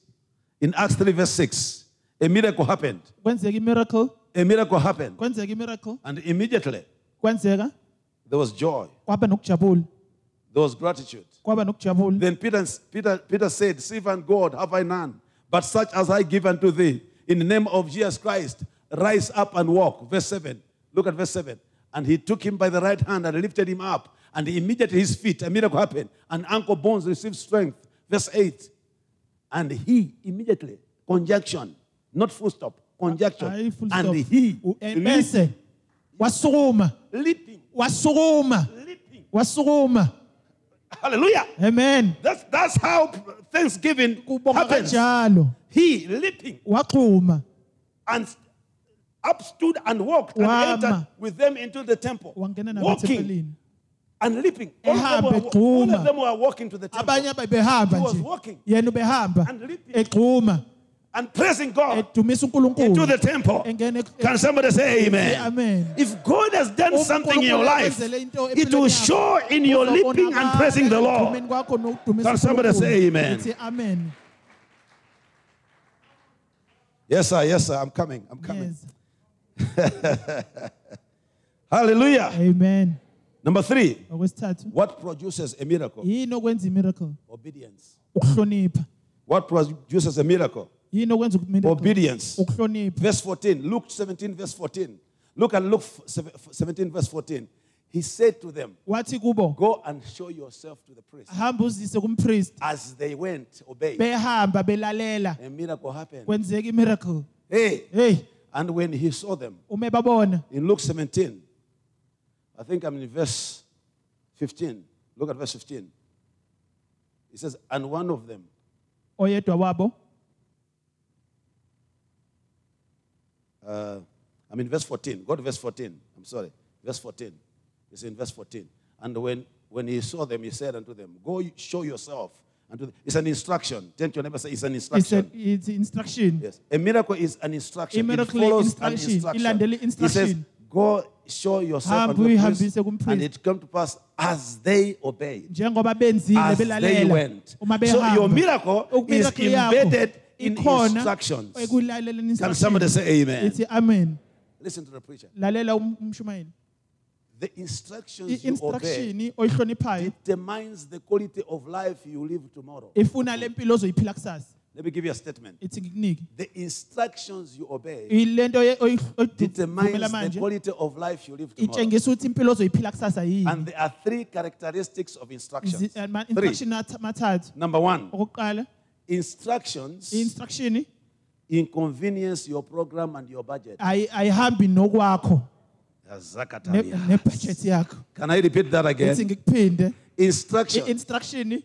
Speaker 1: in Acts 3, verse 6, a miracle happened.
Speaker 2: kwenzeka imiracle
Speaker 1: A miracle happened.
Speaker 2: kwenzeka imiracle
Speaker 1: And immediately
Speaker 2: kwenzeka
Speaker 1: there was joy,
Speaker 2: kwaba nokujabula
Speaker 1: there was gratitude.
Speaker 2: kwaba nokujabula
Speaker 1: Then Peter, Peter, Peter said, Silver and gold have I none, but such as I give unto thee, in the name of Jesus Christ, rise up and walk. Verse 7. Look at verse 7. And he took him by the right hand and lifted him up, and immediately his feet, a miracle happened, and ankle bones received strength. Verse 8. And he immediately, conjunction, not full stop, conjunction.
Speaker 2: Hayi, full
Speaker 1: and
Speaker 2: stop.
Speaker 1: he,
Speaker 2: U- eh,
Speaker 1: leap-
Speaker 2: bese wasukuma
Speaker 1: leaping,
Speaker 2: wasukuma
Speaker 1: leaping.
Speaker 2: wasukuma
Speaker 1: Hallelujah.
Speaker 2: amen
Speaker 1: That's, that's how Thanksgiving
Speaker 2: kubonga
Speaker 1: happens.
Speaker 2: kanjalo
Speaker 1: He leaping
Speaker 2: waxhuma
Speaker 1: and up stood and walked
Speaker 2: Wama.
Speaker 1: and entered with them into the temple.
Speaker 2: wangena
Speaker 1: Walking
Speaker 2: nabathempelini
Speaker 1: and leaping. All of, them
Speaker 2: Ehambe
Speaker 1: were, all of
Speaker 2: egxuma.
Speaker 1: them were walking to the temple
Speaker 2: abanye babehamba
Speaker 1: He was
Speaker 2: nje
Speaker 1: walking.
Speaker 2: yena ubehamba
Speaker 1: And leaping.
Speaker 2: egxuma
Speaker 1: and praising God
Speaker 2: edumisa
Speaker 1: into the
Speaker 2: unkulunkulu
Speaker 1: temple.
Speaker 2: engena ex-
Speaker 1: Can somebody say amen?
Speaker 2: amen.
Speaker 1: If God has done
Speaker 2: Uma
Speaker 1: something in your
Speaker 2: uNkulunkulu
Speaker 1: life,
Speaker 2: ekwenzele into
Speaker 1: it will
Speaker 2: empilweni
Speaker 1: show in your leaping and
Speaker 2: Uzobonakala
Speaker 1: praising the Lord.
Speaker 2: ekudumeni kwakho nokudumisa
Speaker 1: Can somebody
Speaker 2: uNkulunkulu.
Speaker 1: say amen?
Speaker 2: Lithi amen
Speaker 1: Yes, sir. Yes, sir. I'm coming. I'm coming.
Speaker 2: yes
Speaker 1: Hallelujah.
Speaker 2: amen
Speaker 1: Number three.
Speaker 2: okwesithathu
Speaker 1: What produces a miracle?
Speaker 2: yini okwenza imiracle
Speaker 1: Obedience.
Speaker 2: ukuhlonipha
Speaker 1: What produces a miracle?
Speaker 2: yini okwenza imiracle
Speaker 1: Obedience.
Speaker 2: ukuhlonipha
Speaker 1: Verse 14, Luke 17, verse 14. Look at Luke 17, verse 14. He said to them,
Speaker 2: wathi kubo
Speaker 1: Go and show yourself to the priest.
Speaker 2: hamba uzise kumpriest
Speaker 1: As they went, obeyed.
Speaker 2: behamba belalela
Speaker 1: A miracle happened.
Speaker 2: kwenzeka imiracle
Speaker 1: Hey,
Speaker 2: hey
Speaker 1: and when he saw them,
Speaker 2: ume babona
Speaker 1: in Luke 17, I think I'm in verse 15. Look at verse 15. It says, And one of them,
Speaker 2: oyedwa wabo
Speaker 1: uh, I mean, verse 14. Go to verse 14. I'm sorry. Verse 14. It's in verse 14. And when, when he saw them, he said unto them, Go y- show yourself. Unto the-" It's an instruction. Turn to your neighbor say, It's an
Speaker 2: it's
Speaker 1: instruction.
Speaker 2: a- it's instruction
Speaker 1: yes. A miracle is an instruction.
Speaker 2: A miracle
Speaker 1: it
Speaker 2: is
Speaker 1: follows
Speaker 2: instruction.
Speaker 1: an instruction.
Speaker 2: Ilandele
Speaker 1: He says,
Speaker 2: instruction.
Speaker 1: Go show yourself
Speaker 2: Hamba
Speaker 1: unto the
Speaker 2: uyihambise
Speaker 1: priest.
Speaker 2: kumpriest.
Speaker 1: And it come to pass as they obeyed,
Speaker 2: njengoba benzile
Speaker 1: as they
Speaker 2: belalela
Speaker 1: went.
Speaker 2: uma
Speaker 1: So your
Speaker 2: behamba
Speaker 1: miracle is
Speaker 2: Ukumiracle yakho
Speaker 1: embedded in
Speaker 2: ikhona
Speaker 1: instructions.
Speaker 2: ekulalela
Speaker 1: Can somebody say amen?
Speaker 2: ithi amen
Speaker 1: Listen to the preacher.
Speaker 2: lalela um- umshumayeli
Speaker 1: The instructions you obey
Speaker 2: i-instruction oyihloniphayo
Speaker 1: determines the quality of life you live tomorrow.
Speaker 2: ifuna le mpilo ozoyiphila kusasa
Speaker 1: Let me give you a statement.
Speaker 2: ithi ngikunike
Speaker 1: The instructions you obey
Speaker 2: ile nto ye- oyi- oyidumela
Speaker 1: determines the
Speaker 2: manje
Speaker 1: quality of life you live tomorrow.
Speaker 2: itshengisa ukuthi impilo ozoyiphila kusasa yini
Speaker 1: And there are three characteristics of instructions.
Speaker 2: Izi- ama-
Speaker 1: Three.
Speaker 2: instruction ath- mathathu
Speaker 1: Number one,
Speaker 2: oh. okokuqala
Speaker 1: instructions
Speaker 2: i-instruction
Speaker 1: inconvenience your program and your budget.
Speaker 2: ayi- ayihambi nokwakho Ah. ne-
Speaker 1: Zakatalia.
Speaker 2: nebudget yakho
Speaker 1: Can I repeat that
Speaker 2: ithi
Speaker 1: again?
Speaker 2: ngikuphinde
Speaker 1: Instruction
Speaker 2: i-instruction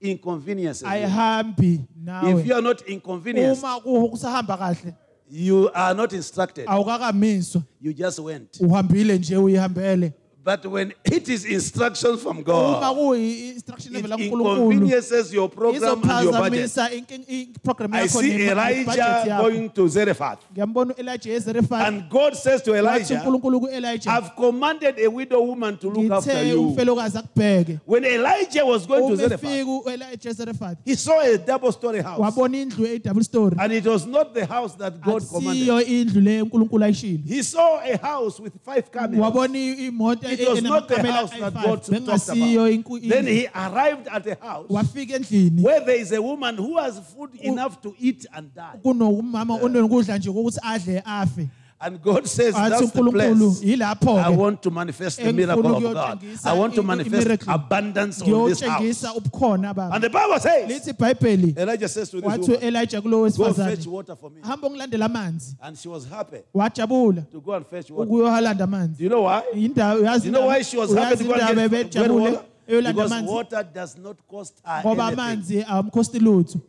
Speaker 1: inconveniences. you.
Speaker 2: ayihambi
Speaker 1: If
Speaker 2: nawe
Speaker 1: you are not inconvenienced,
Speaker 2: uma ku- kusahamba kahle
Speaker 1: you are not instructed.
Speaker 2: Ah. awukakamiswa
Speaker 1: You just went.
Speaker 2: uhambile nje uyihambele
Speaker 1: But when it is instructions from
Speaker 2: uma
Speaker 1: God,
Speaker 2: kuyi-instruction
Speaker 1: it
Speaker 2: level kankulunkulu
Speaker 1: inconveniences your program and your budget.
Speaker 2: izophazamisa inke- iprogramu
Speaker 1: I
Speaker 2: yakho
Speaker 1: see
Speaker 2: ne-
Speaker 1: Elijah
Speaker 2: budget yakho.
Speaker 1: going to Zarephath.
Speaker 2: ngiyambona u-elija ezerefani
Speaker 1: And God says to
Speaker 2: wathi
Speaker 1: Elijah,
Speaker 2: unkulunkulu ku-elija
Speaker 1: I've commanded a widow woman to look after
Speaker 2: ngithe
Speaker 1: you.
Speaker 2: umfelokazi akubheke
Speaker 1: When Elijah was going to
Speaker 2: uma
Speaker 1: Zarephath,
Speaker 2: efika u-elija ezerefani
Speaker 1: he saw a double story house.
Speaker 2: wabona indlu e-double story
Speaker 1: And it was not the house that God commanded.
Speaker 2: asiyo indlu leyo unkulunkulu ayishilo
Speaker 1: He saw a house with five camels.
Speaker 2: wabona i- imoto
Speaker 1: It was not the
Speaker 2: enamakamela
Speaker 1: house that God
Speaker 2: ayi-five.
Speaker 1: talked
Speaker 2: bengasiyo
Speaker 1: about.
Speaker 2: inku-
Speaker 1: Then
Speaker 2: indlu
Speaker 1: he arrived at a house
Speaker 2: wafika endlini
Speaker 1: where there is a woman who has food enough to eat and die.
Speaker 2: kunomama onokudla nje kokuthi adle afe
Speaker 1: And God says,
Speaker 2: athi
Speaker 1: That's the
Speaker 2: unkulunkulu
Speaker 1: place. I
Speaker 2: yilapho-ke
Speaker 1: want to manifest the
Speaker 2: Engifuna
Speaker 1: miracle of God.
Speaker 2: ukuyotshengisa
Speaker 1: I want to
Speaker 2: i- i-
Speaker 1: manifest
Speaker 2: miracle.
Speaker 1: abundance on this house.
Speaker 2: ngiyotshengisa ubukhona baba
Speaker 1: And the Bible says,
Speaker 2: lithi ibhayibheli
Speaker 1: Elijah says to this
Speaker 2: wathi
Speaker 1: woman,
Speaker 2: u-elija
Speaker 1: Go
Speaker 2: kulowo
Speaker 1: fetch
Speaker 2: wesifazane
Speaker 1: water for me.
Speaker 2: hamba ongilandela amanzi
Speaker 1: And she was happy
Speaker 2: wajabula
Speaker 1: to go and fetch water.
Speaker 2: ukuyohalanda
Speaker 1: Do
Speaker 2: amanzi
Speaker 1: you know why?
Speaker 2: indawo uyazi
Speaker 1: Do you know why she was happy
Speaker 2: uyazi
Speaker 1: to go
Speaker 2: indaba
Speaker 1: and get, get
Speaker 2: ebejabule
Speaker 1: water?
Speaker 2: eyolanda
Speaker 1: Because
Speaker 2: amanzi
Speaker 1: water does not cost her
Speaker 2: ngoba
Speaker 1: anything.
Speaker 2: amanzi awamkhosti lutho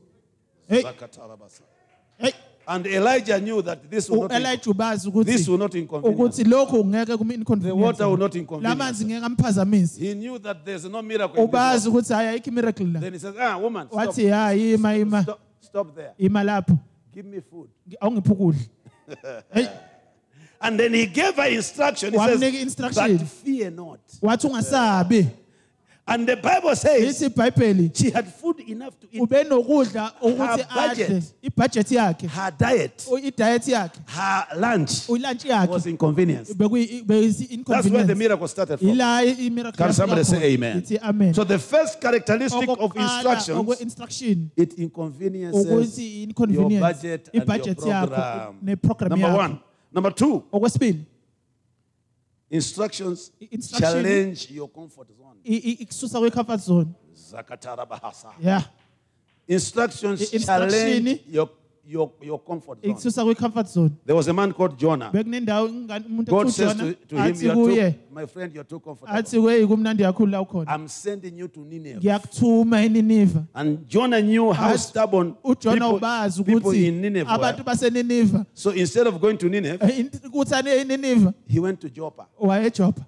Speaker 2: heyi
Speaker 1: Zakatarabasa.
Speaker 2: heyi
Speaker 1: And Elijah knew that this will not,
Speaker 2: u-elija ubazi
Speaker 1: this
Speaker 2: ukuthi
Speaker 1: will not inconvenience.
Speaker 2: ukuthi lokhu ngeke
Speaker 1: The water will
Speaker 2: kuma-inconvenience
Speaker 1: not
Speaker 2: la
Speaker 1: inconvenience.
Speaker 2: manzi ngeke amphazamise
Speaker 1: He knew that there's no miracle. in this
Speaker 2: ubazi
Speaker 1: water.
Speaker 2: ukuthi hayi ayikho imiracle la
Speaker 1: Then he says, Ah, woman, stop,
Speaker 2: wathi hayi ima ima
Speaker 1: stop, stop there.
Speaker 2: ima lapho
Speaker 1: Give me food.
Speaker 2: Ngi- awungiphi ukudla heyi
Speaker 1: And then he gave her instruction. He
Speaker 2: Wamnika
Speaker 1: says,
Speaker 2: instruction.
Speaker 1: But fear not.
Speaker 2: wathi ungasabi
Speaker 1: And the Bible says
Speaker 2: lithi ibhayibheli
Speaker 1: she had food enough to eat.
Speaker 2: ubenokudla ukuthi
Speaker 1: budget.
Speaker 2: adle ibhajethi yakhe
Speaker 1: Her diet,
Speaker 2: u- idayethi yakhe
Speaker 1: her lunch
Speaker 2: ilantshi yakhe
Speaker 1: was inconvenience. That's where the
Speaker 2: bekuyisi-inconvenience
Speaker 1: miracle started from.
Speaker 2: ila
Speaker 1: Can somebody say amen?
Speaker 2: ithi amen
Speaker 1: So the first characteristic of instructions,
Speaker 2: okwe-instruction
Speaker 1: it inconveniences
Speaker 2: ukuthi
Speaker 1: your
Speaker 2: i-inconvenience
Speaker 1: budget and your
Speaker 2: ibhajethi yakho
Speaker 1: program.
Speaker 2: neprogram
Speaker 1: Number
Speaker 2: yakho
Speaker 1: one. Number two,
Speaker 2: okwesibili
Speaker 1: instructions
Speaker 2: Instruction.
Speaker 1: challenge your comfort zone.
Speaker 2: i- i- ikususa kwe-comfort zone
Speaker 1: Zakatarabahasa.
Speaker 2: ya
Speaker 1: Instructions
Speaker 2: I- instruction.
Speaker 1: challenge your, your, your comfort zone.
Speaker 2: ikususa kwe-comfort zone
Speaker 1: There was a man called Jonah.
Speaker 2: bekunendawo ingane- umuntu
Speaker 1: God
Speaker 2: ekuthiwa
Speaker 1: says
Speaker 2: uJona,
Speaker 1: to, to him,
Speaker 2: athi
Speaker 1: you're
Speaker 2: kuye
Speaker 1: too, My friend, you're too comfortable.
Speaker 2: athi kweyi kumnandi kakhulu la ukhona
Speaker 1: I'm sending you to Nineveh.
Speaker 2: ngiyakuthuma eniniva
Speaker 1: And Jonah knew how
Speaker 2: Athi-
Speaker 1: stubborn
Speaker 2: ujona
Speaker 1: people,
Speaker 2: ubazi
Speaker 1: people
Speaker 2: ukuthi
Speaker 1: in Nineveh
Speaker 2: abantu
Speaker 1: were.
Speaker 2: baseniniva
Speaker 1: So instead of going to Nineveh,
Speaker 2: eh, in- kuthane eniniva
Speaker 1: he went to Joppa,
Speaker 2: wayejopha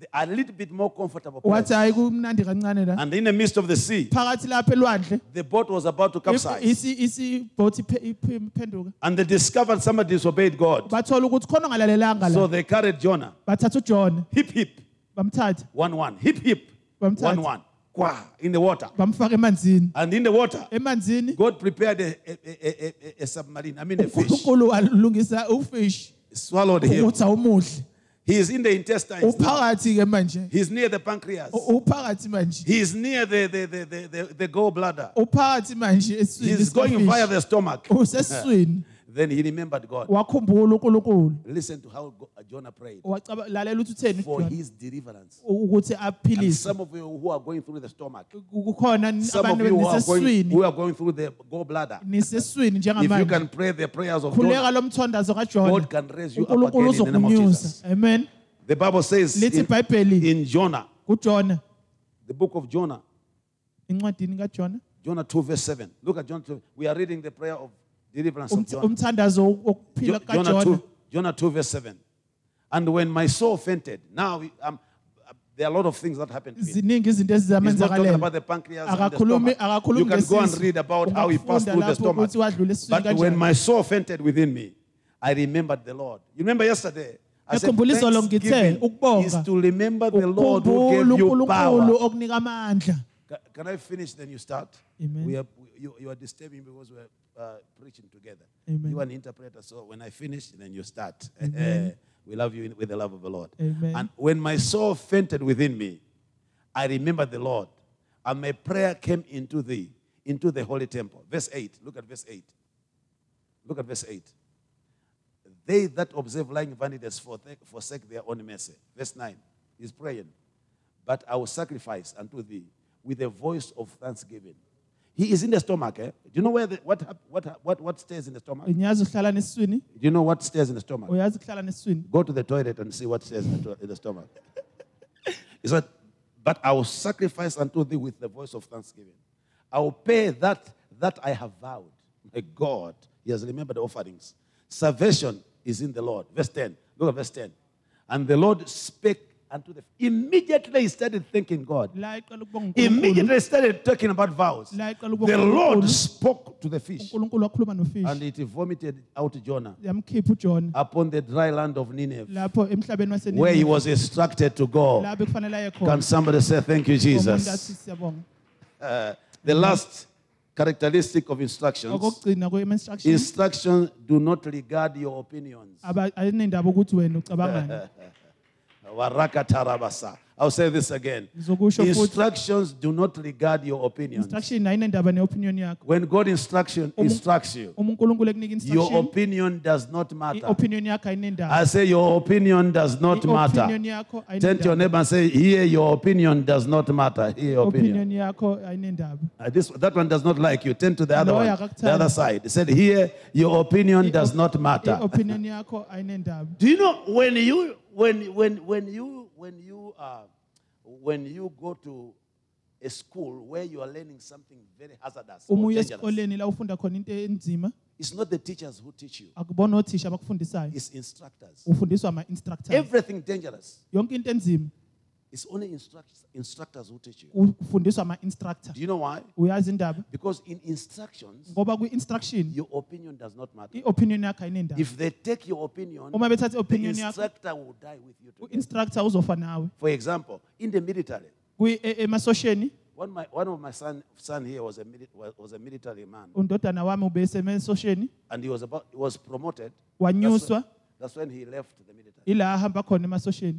Speaker 1: the- a little bit more comfortable place.
Speaker 2: wathi hayi kumnandi kancane la
Speaker 1: And in the midst of the sea,
Speaker 2: phakathi lapha elwandle
Speaker 1: the boat was about to capsize.
Speaker 2: isibhothi iphenduka
Speaker 1: And they discovered somebody disobeyed God.
Speaker 2: bathola ukuthi khona ongalalelanga
Speaker 1: So
Speaker 2: la
Speaker 1: they carried Jonah.
Speaker 2: bathatha ujona
Speaker 1: Hip, hip,
Speaker 2: bamthatha
Speaker 1: one, one. Hip, hip, one,
Speaker 2: bamthatha
Speaker 1: one. Qua, in the water.
Speaker 2: bamfaka emanzini
Speaker 1: And in the water,
Speaker 2: emanzini
Speaker 1: God prepared a, a, a, a- a, a submarine, I mean a fish,
Speaker 2: unkulunkulu walungisa ufish
Speaker 1: swallowed him.
Speaker 2: ukuthi awumuhle
Speaker 1: He is in the intestines. now.
Speaker 2: uphakathi-ke manje
Speaker 1: He's near the pancreas.
Speaker 2: U- uphakathi manje
Speaker 1: He is near the, the, the, the, the, the gallbladder.
Speaker 2: Oh, uphakathi manje esiswini
Speaker 1: He's going
Speaker 2: sikafishi.
Speaker 1: via the stomach.
Speaker 2: Oh, usesiswini
Speaker 1: Then he remembered God.
Speaker 2: Oh, wakhumbula unkulunkulu
Speaker 1: Listen to how Go- Jonah prayed
Speaker 2: Wacaba- lalela ukuthi utheni
Speaker 1: for
Speaker 2: uJona,
Speaker 1: his deliverance.
Speaker 2: ukuthi
Speaker 1: And
Speaker 2: aphilise
Speaker 1: some of you who are going through the stomach,
Speaker 2: kukhona n-
Speaker 1: some of
Speaker 2: abantu
Speaker 1: you who are going,
Speaker 2: nisesiswini
Speaker 1: who are going through the gallbladder,
Speaker 2: nisesiswini
Speaker 1: if you
Speaker 2: njengamanje
Speaker 1: can pray the prayers of
Speaker 2: khuleka
Speaker 1: Jonah,
Speaker 2: lo mthondazo kajona
Speaker 1: God can raise you up
Speaker 2: unkulunkulu
Speaker 1: again in the name of Jesus.
Speaker 2: uzokunyuza amen
Speaker 1: The Bible says
Speaker 2: lithi
Speaker 1: in,
Speaker 2: ibhayibheli
Speaker 1: in Jonah,
Speaker 2: kujona
Speaker 1: the book of Jonah,
Speaker 2: encwadini kajona
Speaker 1: Jonah 2, verse 7. Look at Jonah 2. We are reading the prayer of deliverance of
Speaker 2: Umth-
Speaker 1: Jonah.
Speaker 2: umthandazo wokuphila
Speaker 1: Jo- Jonah, 2,
Speaker 2: kajona
Speaker 1: Jonah 2, verse 7. And when my soul fainted, now we- um, uh, there are a lot of things that happened to him.
Speaker 2: ziningi izinto
Speaker 1: He's not talking
Speaker 2: ezizamenzakalela
Speaker 1: about the pancreas and the
Speaker 2: akakhulumi
Speaker 1: stomach. You
Speaker 2: akakhulumi
Speaker 1: can go and
Speaker 2: ngesisu.
Speaker 1: read about how he passed
Speaker 2: Ungafunda
Speaker 1: through the
Speaker 2: lapho
Speaker 1: stomach.
Speaker 2: ukuthi wadlula esiswini
Speaker 1: But when
Speaker 2: kanjani.
Speaker 1: my soul fainted within me, I remembered the Lord. You remember yesterday? I said,
Speaker 2: Ngiyakhumbula izolo ngithe,
Speaker 1: "Thanksgiving
Speaker 2: ukubonga,
Speaker 1: is to remember the Lord who gave
Speaker 2: ukukhumbula
Speaker 1: you
Speaker 2: unkulunkulu
Speaker 1: power.
Speaker 2: okunika amandla
Speaker 1: Ca- Can I finish? Then you start.
Speaker 2: Amen.
Speaker 1: We are, we- you, you are disturbing because we are uh, preaching together.
Speaker 2: Amen.
Speaker 1: You are an interpreter, so when I finish, then you start. we love you in- with the love of the Lord.
Speaker 2: Amen.
Speaker 1: And when my soul fainted within me, I remembered the Lord, and my prayer came into thee, into the holy temple. Verse 8. Look at verse 8. Look at verse 8. They that observe lying vanities forth- forsake their own mercy. Verse 9. He's praying. But I will sacrifice unto thee with a voice of thanksgiving. He is in the stomach. Eh? Do you know where the, what, hap- what, hap- what, what stays in the stomach? Do
Speaker 2: uyazi uhlala nesiswini
Speaker 1: you know what stays in the stomach?
Speaker 2: uyazi kuhlala nesiswini
Speaker 1: Go to the toilet and see what stays in the, to- in the stomach. he said, But I will sacrifice unto thee with the voice of thanksgiving. I will pay that that I have vowed. My God, He has remembered the offerings. Salvation is in the Lord. Verse 10. Look at verse 10. And the Lord spake unto the. Immediately he started thanking God.
Speaker 2: la icala ukuba nguNkulunkulu.
Speaker 1: Immediately he started talking about vows.
Speaker 2: La icala ukuba
Speaker 1: The Lord
Speaker 2: nguNkulunkulu.
Speaker 1: spoke to the fish,
Speaker 2: uNkulunkulu wakhuluma
Speaker 1: and
Speaker 2: nofishi
Speaker 1: it vomited out Jonah
Speaker 2: yamkhipha uJona
Speaker 1: upon the dry land of Nineveh,
Speaker 2: lapho emhlabeni
Speaker 1: where he
Speaker 2: wasenini
Speaker 1: was instructed to go.
Speaker 2: lapho ekufanele aye
Speaker 1: Can
Speaker 2: khona.
Speaker 1: somebody say, Thank you,
Speaker 2: Omuntu
Speaker 1: Jesus?
Speaker 2: athi siyabonga.
Speaker 1: Uh, the last characteristic of instructions
Speaker 2: Okokugcina kwe instructions
Speaker 1: instructions do not regard your opinions.
Speaker 2: ayenendaba ukuthi wena ucabangani.
Speaker 1: Warakatarabasa. I'll say this again.
Speaker 2: Ngizokusho futhi.
Speaker 1: Instructions do not regard your opinions.
Speaker 2: Instruction ayinendaba neopinion yakho.
Speaker 1: When God instruction instructs you,
Speaker 2: Uma uNkulunkulu ekunika
Speaker 1: your
Speaker 2: instruction,
Speaker 1: opinion does not matter.
Speaker 2: iopinion yakho ayinendaba.
Speaker 1: I say your opinion does not matter.
Speaker 2: Opinion yakho
Speaker 1: Turn to your
Speaker 2: ayinendaba.
Speaker 1: neighbor and say, here your opinion does not matter. Here your opinion.
Speaker 2: Opinion yakho ayinendaba.
Speaker 1: Uh, this, that one does not like you. Turn to the other
Speaker 2: No,
Speaker 1: one,
Speaker 2: yakakuthanda.
Speaker 1: the other side. Said here your opinion does not matter.
Speaker 2: Opinion yakho ayinendaba.
Speaker 1: Do you know when you when when when you when you uh, when you go to a school where you are learning something very hazardous or
Speaker 2: Uma uya
Speaker 1: dangerous,
Speaker 2: esikoleni la ufunda khona into enzima,
Speaker 1: it's not the teachers who teach you;
Speaker 2: akubona othisha abakufundisayo.
Speaker 1: it's instructors.
Speaker 2: Ufundiswa ama-instructors.
Speaker 1: Everything dangerous,
Speaker 2: Yonke into enzima
Speaker 1: it's only instruct- instructors who teach you.
Speaker 2: ufundiswa ama-instructor.
Speaker 1: Do you know why?
Speaker 2: Uyazi indaba?
Speaker 1: Because in instructions,
Speaker 2: Ngoba kwi-instruction
Speaker 1: your opinion does not matter.
Speaker 2: i-opinion yakho ayinendaba.
Speaker 1: If they take your opinion,
Speaker 2: Uma bethatha
Speaker 1: the
Speaker 2: i-opinion yakho,
Speaker 1: instructor will die with you. together.
Speaker 2: u-instructor uzofa nawe.
Speaker 1: For example, in the military,
Speaker 2: Kwi- e- emasosheni
Speaker 1: One, my, one of my son, son here was a, mili- was, was a military man,
Speaker 2: undodana wami ubesemasosheni
Speaker 1: and he was about he was promoted. That's,
Speaker 2: wanyuswa
Speaker 1: that's when he left the military.
Speaker 2: ila ahamba khona emasosheni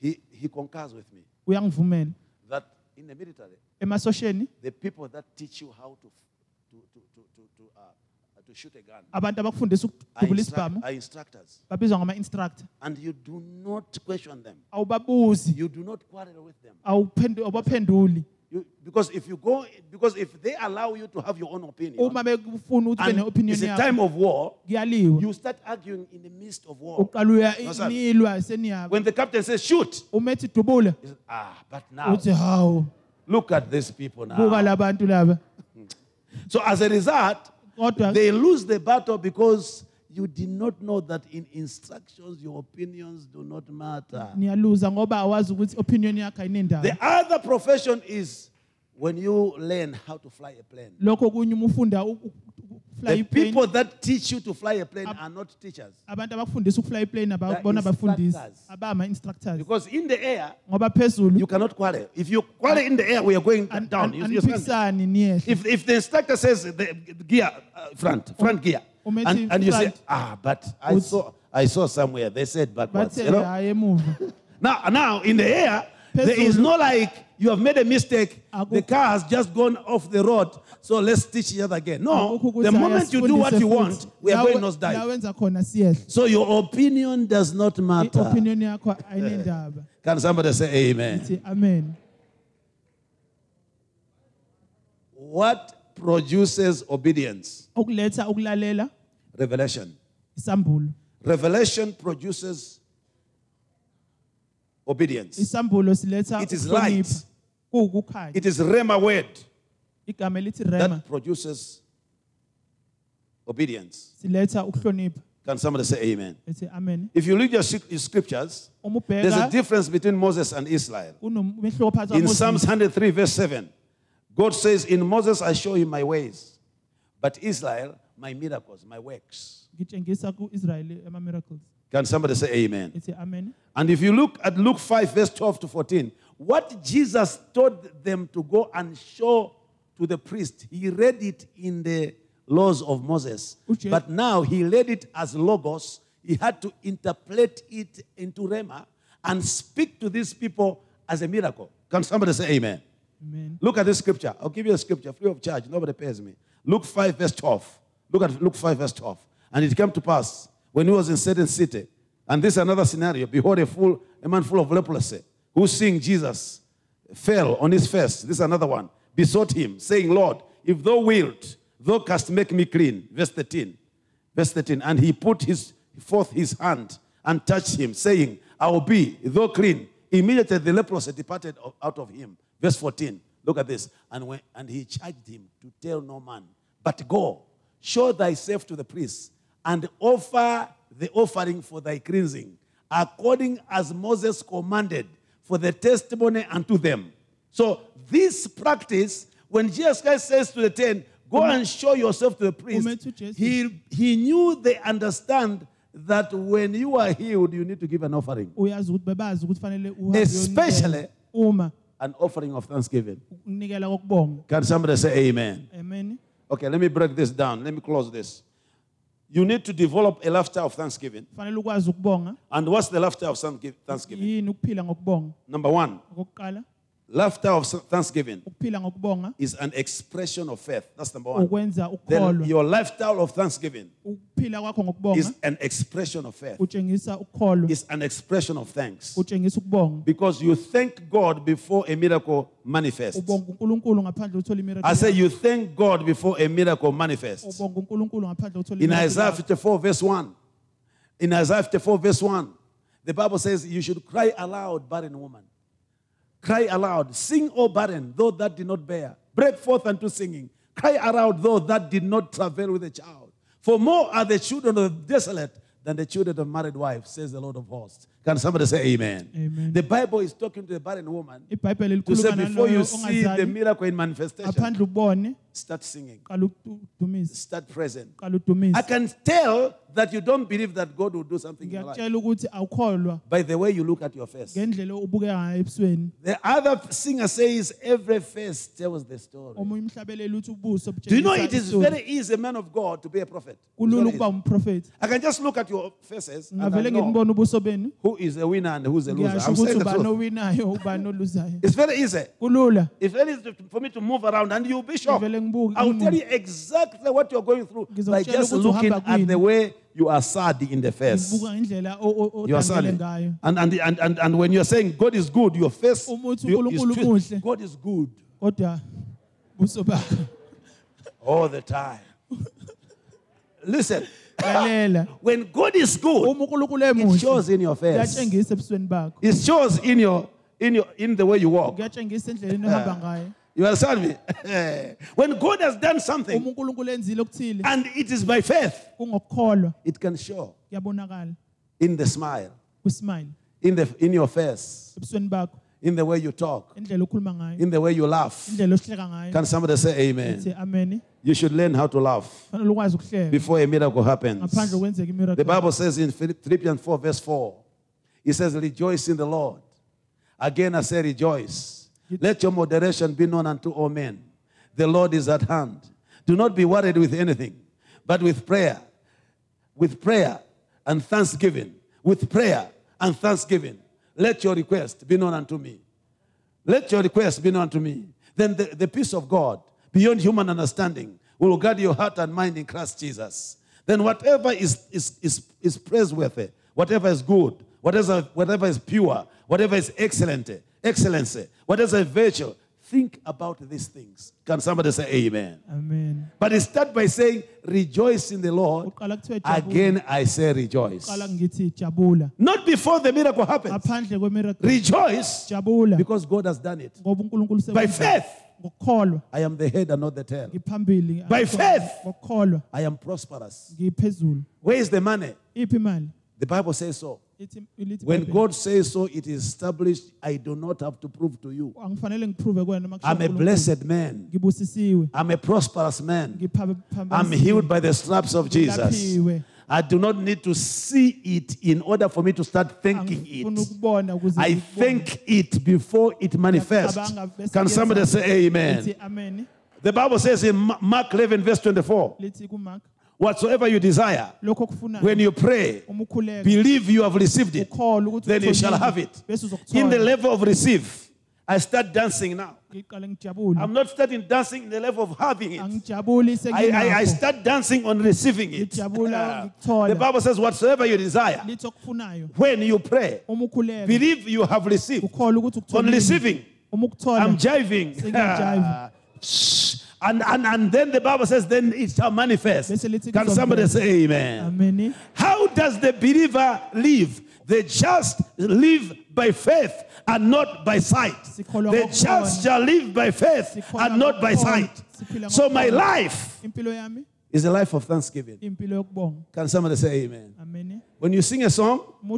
Speaker 1: He, he concurs with me
Speaker 2: uyangivumela
Speaker 1: that in the military,
Speaker 2: emasosheni
Speaker 1: the people that teach you how to f- to to to to, to, uh, to shoot a gun
Speaker 2: abantu abakufundisa
Speaker 1: are, instruct-
Speaker 2: ukudubula isibhamu
Speaker 1: are instructors,
Speaker 2: babizwa ngama-instructor
Speaker 1: and you do not question them.
Speaker 2: awubabuzi
Speaker 1: You do not quarrel with them.
Speaker 2: awuphendu- awubaphenduli
Speaker 1: You, because if you go, because if they allow you to have your own opinion,
Speaker 2: uma bekufuna ukuthi ube
Speaker 1: and
Speaker 2: ne-opinion
Speaker 1: it's a
Speaker 2: yakho
Speaker 1: time of war,
Speaker 2: kuyaliwa
Speaker 1: you start arguing in the midst of war.
Speaker 2: uqala uya
Speaker 1: No, sir.
Speaker 2: nilwa seniyaba
Speaker 1: When the captain says, shoot,
Speaker 2: uma ethi dubula
Speaker 1: he says, ah, but now,
Speaker 2: uthi hawu
Speaker 1: look at these people
Speaker 2: buka
Speaker 1: now.
Speaker 2: la bantu laba
Speaker 1: So as a result,
Speaker 2: kodwa
Speaker 1: they lose the battle because you did not know that in instructions, your opinions do not matter.
Speaker 2: niyaluza ngoba awazi ukuthi opinion yakho ayinendaba
Speaker 1: The other profession is when you learn how to fly a plane.
Speaker 2: lokho kunye uma ufunda u- u- u- fly
Speaker 1: The
Speaker 2: plane
Speaker 1: people that teach you to fly a plane are not teachers.
Speaker 2: abantu abakufundisa ukufly iplane
Speaker 1: They're
Speaker 2: ababona abafundisi
Speaker 1: instructors.
Speaker 2: abama-instructors
Speaker 1: Because in the air,
Speaker 2: ngoba phezulu
Speaker 1: you cannot quarrel. If you quarrel in the air, we are going
Speaker 2: an-
Speaker 1: down.
Speaker 2: an-
Speaker 1: You- you stand there.
Speaker 2: aniphikisani niyehle
Speaker 1: If, if the instructor says the gear, uh, front, front gear,
Speaker 2: Umethi
Speaker 1: and, and you say,
Speaker 2: front.
Speaker 1: ah, but I saw, I saw somewhere, they said backwards.
Speaker 2: bathe
Speaker 1: You know?
Speaker 2: hayi emuva
Speaker 1: now, now, in the air, there is no like you have made a mistake, the
Speaker 2: Akukho.
Speaker 1: car has just gone off the road, so let's teach each other again. No,
Speaker 2: Akukho ukuthi
Speaker 1: the
Speaker 2: hhayi,
Speaker 1: moment you do
Speaker 2: asifundise
Speaker 1: what you
Speaker 2: futhi.
Speaker 1: want, we are
Speaker 2: La we-
Speaker 1: going nose
Speaker 2: la
Speaker 1: dive.
Speaker 2: wenza khona siyehle
Speaker 1: So your opinion does not uh, matter.
Speaker 2: i-opinion yakho ayinendaba
Speaker 1: Can somebody say amen?
Speaker 2: Ngithi amen
Speaker 1: What produces obedience?
Speaker 2: ukuletha ukulalela
Speaker 1: Revelation.
Speaker 2: isambulo
Speaker 1: Revelation produces obedience.
Speaker 2: isambulo siletha
Speaker 1: It is
Speaker 2: ukuhlonipha.
Speaker 1: light.
Speaker 2: kuwukukhanya
Speaker 1: It is Rema word
Speaker 2: igama elithi rema
Speaker 1: that produces obedience.
Speaker 2: siletha ukuhlonipha
Speaker 1: Can somebody say amen?
Speaker 2: ethi amen
Speaker 1: If you read your scrip- your scriptures,
Speaker 2: uma
Speaker 1: there's a
Speaker 2: ubheka
Speaker 1: difference between Moses and Israel.
Speaker 2: kunomehluko phakathi
Speaker 1: In
Speaker 2: kwaMoses
Speaker 1: Psalms 103, verse 7, God says, In Moses I show him my ways, but Israel my miracles, my works.
Speaker 2: ngitshengisa ku-israyeli ama-miracles
Speaker 1: Can somebody say amen?
Speaker 2: ethi amen
Speaker 1: And if you look at Luke 5, verse 12 to 14, what Jesus told them to go and show to the priest, he read it in the laws of Moses.
Speaker 2: Uche.
Speaker 1: But now he read it as logos. He had to interpret it into Rema and speak to these people as a miracle. Can somebody say amen?
Speaker 2: amen
Speaker 1: Look at this scripture. I'll give you a scripture free of charge. Nobody pays me. Luke 5, verse 12. Look at Luke 5, verse 12. And it came to pass when he was in certain city. And this is another scenario. Behold, a fool, a man full of leprosy, who seeing Jesus, fell on his face. This is another one. Besought him, saying, Lord, if thou wilt, thou canst make me clean. Verse 13. Verse 13. And he put his forth his hand and touched him, saying, I will be though clean. Immediately the leprosy departed o- out of him. Verse 14. Look at this. And when and he charged him to tell no man, but go, show thyself to the priest, and offer the offering for thy cleansing, according as Moses commanded, for the testimony unto them. So, this practice, when Jesus Christ says to the ten, Go and show yourself to the priest,
Speaker 2: Momentum Jesus.
Speaker 1: he, he knew they understand that when you are healed, you need to give an offering,
Speaker 2: uyazi ukuthi bebazi ukuthi fanele uhambe
Speaker 1: Especially-
Speaker 2: uyonikezela. uma
Speaker 1: an offering of thanksgiving.
Speaker 2: ukunikela kokubonga
Speaker 1: Can somebody say amen?
Speaker 2: amen
Speaker 1: Okay, let me break this down. Let me close this. You need to develop a lifestyle of thanksgiving.
Speaker 2: fanele ukwazi ukubonga
Speaker 1: And what's the lifestyle of thanksgi- thanksgiving?
Speaker 2: yini ukuphila ngokubonga
Speaker 1: Number one,
Speaker 2: okokuqala
Speaker 1: lifestyle of thanksgiving
Speaker 2: ukuphila ngokubonga
Speaker 1: is an expression of faith. That's number one.
Speaker 2: ukwenza
Speaker 1: Then
Speaker 2: ukukholwa
Speaker 1: your lifestyle of thanksgiving
Speaker 2: ukuphila kwakho
Speaker 1: is
Speaker 2: ngokubonga
Speaker 1: an expression of faith.
Speaker 2: utshengisa ukukholwa
Speaker 1: It's an expression of thanks.
Speaker 2: utshengisa ukubonga
Speaker 1: Because you thank God before a miracle manifests.
Speaker 2: ubonga uNkulunkulu ngaphandle uthola imiracle
Speaker 1: I say
Speaker 2: yakho.
Speaker 1: you thank God before a miracle manifests.
Speaker 2: ubonga uNkulunkulu ngaphandle uthola
Speaker 1: In
Speaker 2: imiracle
Speaker 1: Isaiah
Speaker 2: yakho.
Speaker 1: 54, verse 1. In Isaiah 54, verse 1, the Bible says, You should cry aloud, barren woman. Cry aloud, sing, O barren, though that did not bear. Break forth unto singing. Cry aloud, though that did not travail with a child. For more are the children of the desolate than the children of married wives, says the Lord of hosts. Can somebody say amen?
Speaker 2: Amen.
Speaker 1: The Bible is talking to the barren woman
Speaker 2: ibhayibheli
Speaker 1: to say,
Speaker 2: likhuluma
Speaker 1: Before you
Speaker 2: naloyo
Speaker 1: see the
Speaker 2: ongazali
Speaker 1: miracle in manifestation,
Speaker 2: ngaphandle ubone
Speaker 1: start singing,
Speaker 2: qala ukudumise
Speaker 1: start present.
Speaker 2: qala
Speaker 1: I
Speaker 2: udumise
Speaker 1: can tell that you don't believe that God will do something in your life
Speaker 2: ngiyakutshela ukuthi awukholwa
Speaker 1: by the way you look at your face.
Speaker 2: ngendlela ubuke ngayo ebusweni
Speaker 1: The other singer says, Every face tells the story.
Speaker 2: omunye umhlabeleli uthi ubuso
Speaker 1: Do you know
Speaker 2: butshengisa
Speaker 1: it is
Speaker 2: iso.
Speaker 1: very easy, man of God, to be a prophet? It's
Speaker 2: kulula
Speaker 1: very
Speaker 2: ukuba
Speaker 1: easy.
Speaker 2: umprofethi
Speaker 1: I can just look at your faces and I
Speaker 2: ngavele
Speaker 1: know
Speaker 2: ngikubona ubuso benu
Speaker 1: who is a winner and who's a loser.
Speaker 2: ngiyasho
Speaker 1: I'm
Speaker 2: ukuthi
Speaker 1: saying the
Speaker 2: ubani
Speaker 1: truth.
Speaker 2: owinayo ubani oluzayo
Speaker 1: It's very easy.
Speaker 2: kulula
Speaker 1: It's very easy to- for me to move around and you'll be shocked.
Speaker 2: Ngivele ngibuke
Speaker 1: I'll tell
Speaker 2: ngimumuntu.
Speaker 1: you exactly what you're going through by
Speaker 2: Ngizokutshela
Speaker 1: just
Speaker 2: ukuthi
Speaker 1: looking
Speaker 2: uhamba
Speaker 1: at the
Speaker 2: kwini.
Speaker 1: way you are sad in the face.
Speaker 2: ngibuka ngendlela
Speaker 1: You are
Speaker 2: odangele
Speaker 1: sad.
Speaker 2: ngayo
Speaker 1: And, and, and, and, and when you're saying God is good, your face
Speaker 2: Umuthi
Speaker 1: you- is
Speaker 2: uNkulunkulu
Speaker 1: twi-
Speaker 2: muhle.
Speaker 1: God is good
Speaker 2: kodwa buso bakho
Speaker 1: all the time. Listen,
Speaker 2: lalela
Speaker 1: when God is good,
Speaker 2: uma unkulunkulu
Speaker 1: it
Speaker 2: emuhle
Speaker 1: shows in your face.
Speaker 2: kuyatshengisa ebusweni bakho
Speaker 1: It shows in your in your in the way you walk.
Speaker 2: kuyatshengisa endleleni ohamba ngayo
Speaker 1: You understand me? when God has done
Speaker 2: uma
Speaker 1: something
Speaker 2: unkulunkulu enzile okuthile
Speaker 1: and it is by faith,
Speaker 2: kungokukholwa
Speaker 1: it can show
Speaker 2: kuyabonakala
Speaker 1: in the smile,
Speaker 2: kwismile
Speaker 1: in the in your face,
Speaker 2: ebusweni bakho
Speaker 1: in the way you talk,
Speaker 2: indlela okhuluma ngayo
Speaker 1: in the way you laugh.
Speaker 2: indlela ohleka ngayo
Speaker 1: Can somebody say
Speaker 2: ethi
Speaker 1: amen?
Speaker 2: amen
Speaker 1: You should learn how to laugh.
Speaker 2: fanele ukwazi ukuhleka
Speaker 1: before a miracle happens.
Speaker 2: ngaphandle kwenzeka
Speaker 1: The
Speaker 2: imiracle
Speaker 1: Bible says in Philipp- Philippians 4, verse 4, it says, Rejoice in the Lord. Again, I say, Rejoice. Let your moderation be known unto all men. The Lord is at hand. Do not be worried with anything, but with prayer, with prayer and thanksgiving, with prayer and thanksgiving, let your request be known unto me. Let your request be known to me. Then the, the peace of God, beyond human understanding, will guard your heart and mind in Christ Jesus. Then whatever is, is, is, is praiseworthy, whatever is good, whatever, whatever is pure, whatever is excellent, excellency, whatever is virtue, think about these things. Can somebody say amen?
Speaker 2: amen
Speaker 1: But it start by saying, rejoice in the Lord.
Speaker 2: Uqala kuthiwe jabula.
Speaker 1: Again, I say rejoice.
Speaker 2: qala ngithi jabula
Speaker 1: Not before the miracle happens.
Speaker 2: ngaphandle kwemiracle
Speaker 1: Rejoice
Speaker 2: jabula
Speaker 1: because God has done it.
Speaker 2: ngoba uNkulunkulu
Speaker 1: By
Speaker 2: sebenza
Speaker 1: faith.
Speaker 2: ngokukholwa
Speaker 1: I am the head and not the tail.
Speaker 2: ngiphambili
Speaker 1: By faith.
Speaker 2: ngokukholwa
Speaker 1: I am prosperous.
Speaker 2: ngiphezulu
Speaker 1: Where is the money?
Speaker 2: iphi imali
Speaker 1: The Bible says so.
Speaker 2: ithi lithi
Speaker 1: When
Speaker 2: iBhayibheli,
Speaker 1: God says so, it is established. I do not have to prove to you.
Speaker 2: angifanele ngiprove kwena uma
Speaker 1: I'm a
Speaker 2: kushaya
Speaker 1: blessed man.
Speaker 2: ngibusisiwe
Speaker 1: I'm a prosperous man. I'm
Speaker 2: ngiphambili
Speaker 1: healed by the stripes of Jesus.
Speaker 2: Ngilaphiwe.
Speaker 1: I do not need to see it in order for me to start thanking
Speaker 2: angifuna
Speaker 1: it.
Speaker 2: ukubona ukuze
Speaker 1: I
Speaker 2: ngikubone.
Speaker 1: thank it before it manifests.
Speaker 2: Ngiyacabanga bese
Speaker 1: Can
Speaker 2: kuyenza.
Speaker 1: somebody say
Speaker 2: Lithi
Speaker 1: amen?
Speaker 2: amen
Speaker 1: The Bible says in Ma- Mark 11, verse 24
Speaker 2: lithi kumark
Speaker 1: whatsoever you desire,
Speaker 2: lokho okufunayo
Speaker 1: when you pray,
Speaker 2: uma ukhuleka
Speaker 1: believe you have received it.
Speaker 2: ukholwa ukuthi
Speaker 1: then you
Speaker 2: utholile,
Speaker 1: shall have it.
Speaker 2: bese
Speaker 1: In the
Speaker 2: uzokuthola
Speaker 1: level of receive, I start dancing now.
Speaker 2: ngiqale ngijabule
Speaker 1: I'm not starting dancing in the level of having it.
Speaker 2: angijabuli
Speaker 1: I, I, I
Speaker 2: senginakho
Speaker 1: start dancing on receiving it. Ah.
Speaker 2: Ngijabula ngikuthola.
Speaker 1: the Bible says, whatsoever you desire,
Speaker 2: lithi okufunayo
Speaker 1: when you pray,
Speaker 2: uma ukhuleka
Speaker 1: believe you have received.
Speaker 2: ukholwa ukuthi
Speaker 1: On
Speaker 2: ukuthola
Speaker 1: receiving,
Speaker 2: uma ukuthola
Speaker 1: I'm jiving. Ah.
Speaker 2: Singajive.
Speaker 1: Shh. and, and, and then the Bible says, then it shall manifest.
Speaker 2: Bese lithi
Speaker 1: Can somebody
Speaker 2: kuzombela.
Speaker 1: say amen?
Speaker 2: amen
Speaker 1: How does the believer live? The just live by faith and not by sight.
Speaker 2: Sikholwa
Speaker 1: The
Speaker 2: ngokubona.
Speaker 1: just shall live by faith
Speaker 2: Sikholwa
Speaker 1: and not by
Speaker 2: ngokubona.
Speaker 1: sight.
Speaker 2: Siphila
Speaker 1: So my
Speaker 2: ngokubona.
Speaker 1: life
Speaker 2: impilo yami
Speaker 1: is a life of thanksgiving.
Speaker 2: impilo yokubonga
Speaker 1: Can somebody say amen?
Speaker 2: amen
Speaker 1: When you sing a song, I'm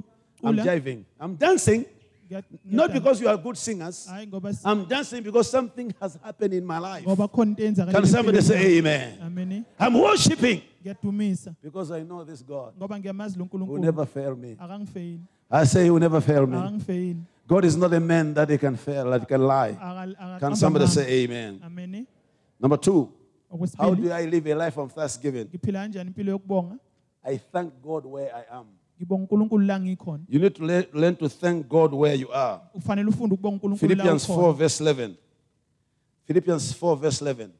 Speaker 2: mucula
Speaker 1: jiving. I'm dancing.
Speaker 2: Get, get
Speaker 1: Not
Speaker 2: up.
Speaker 1: because you are good singers.
Speaker 2: Hayi ngoba si-
Speaker 1: I'm dancing because something has happened in my life.
Speaker 2: ngoba khona into eyenzakala
Speaker 1: Can somebody
Speaker 2: empilweni yami.
Speaker 1: say amen?
Speaker 2: Amen.
Speaker 1: I'm worshiping
Speaker 2: Ngiyadumisa
Speaker 1: because I know this God
Speaker 2: ngoba ngiyamazi lo
Speaker 1: will
Speaker 2: nkulunkulu
Speaker 1: never fail me.
Speaker 2: akangifeyili
Speaker 1: I say he will never fail me.
Speaker 2: akangifeyili
Speaker 1: God is not a man that he can fail, that he can
Speaker 2: Ah,
Speaker 1: lie. Can somebody say amen?
Speaker 2: amen
Speaker 1: Number two, how do
Speaker 2: okwesibili
Speaker 1: I live a life of thanksgiving?
Speaker 2: ngiphila kanjani impilo yokubonga
Speaker 1: I thank God where I am.
Speaker 2: ngibonga unkulunkulu la ngikhona
Speaker 1: You need to le- learn to thank God where you are.
Speaker 2: ufanele ufunde ukubonga unkulunkulu la
Speaker 1: Philippians 4,
Speaker 2: ukhona
Speaker 1: verse 11. Philippians 4, verse 11.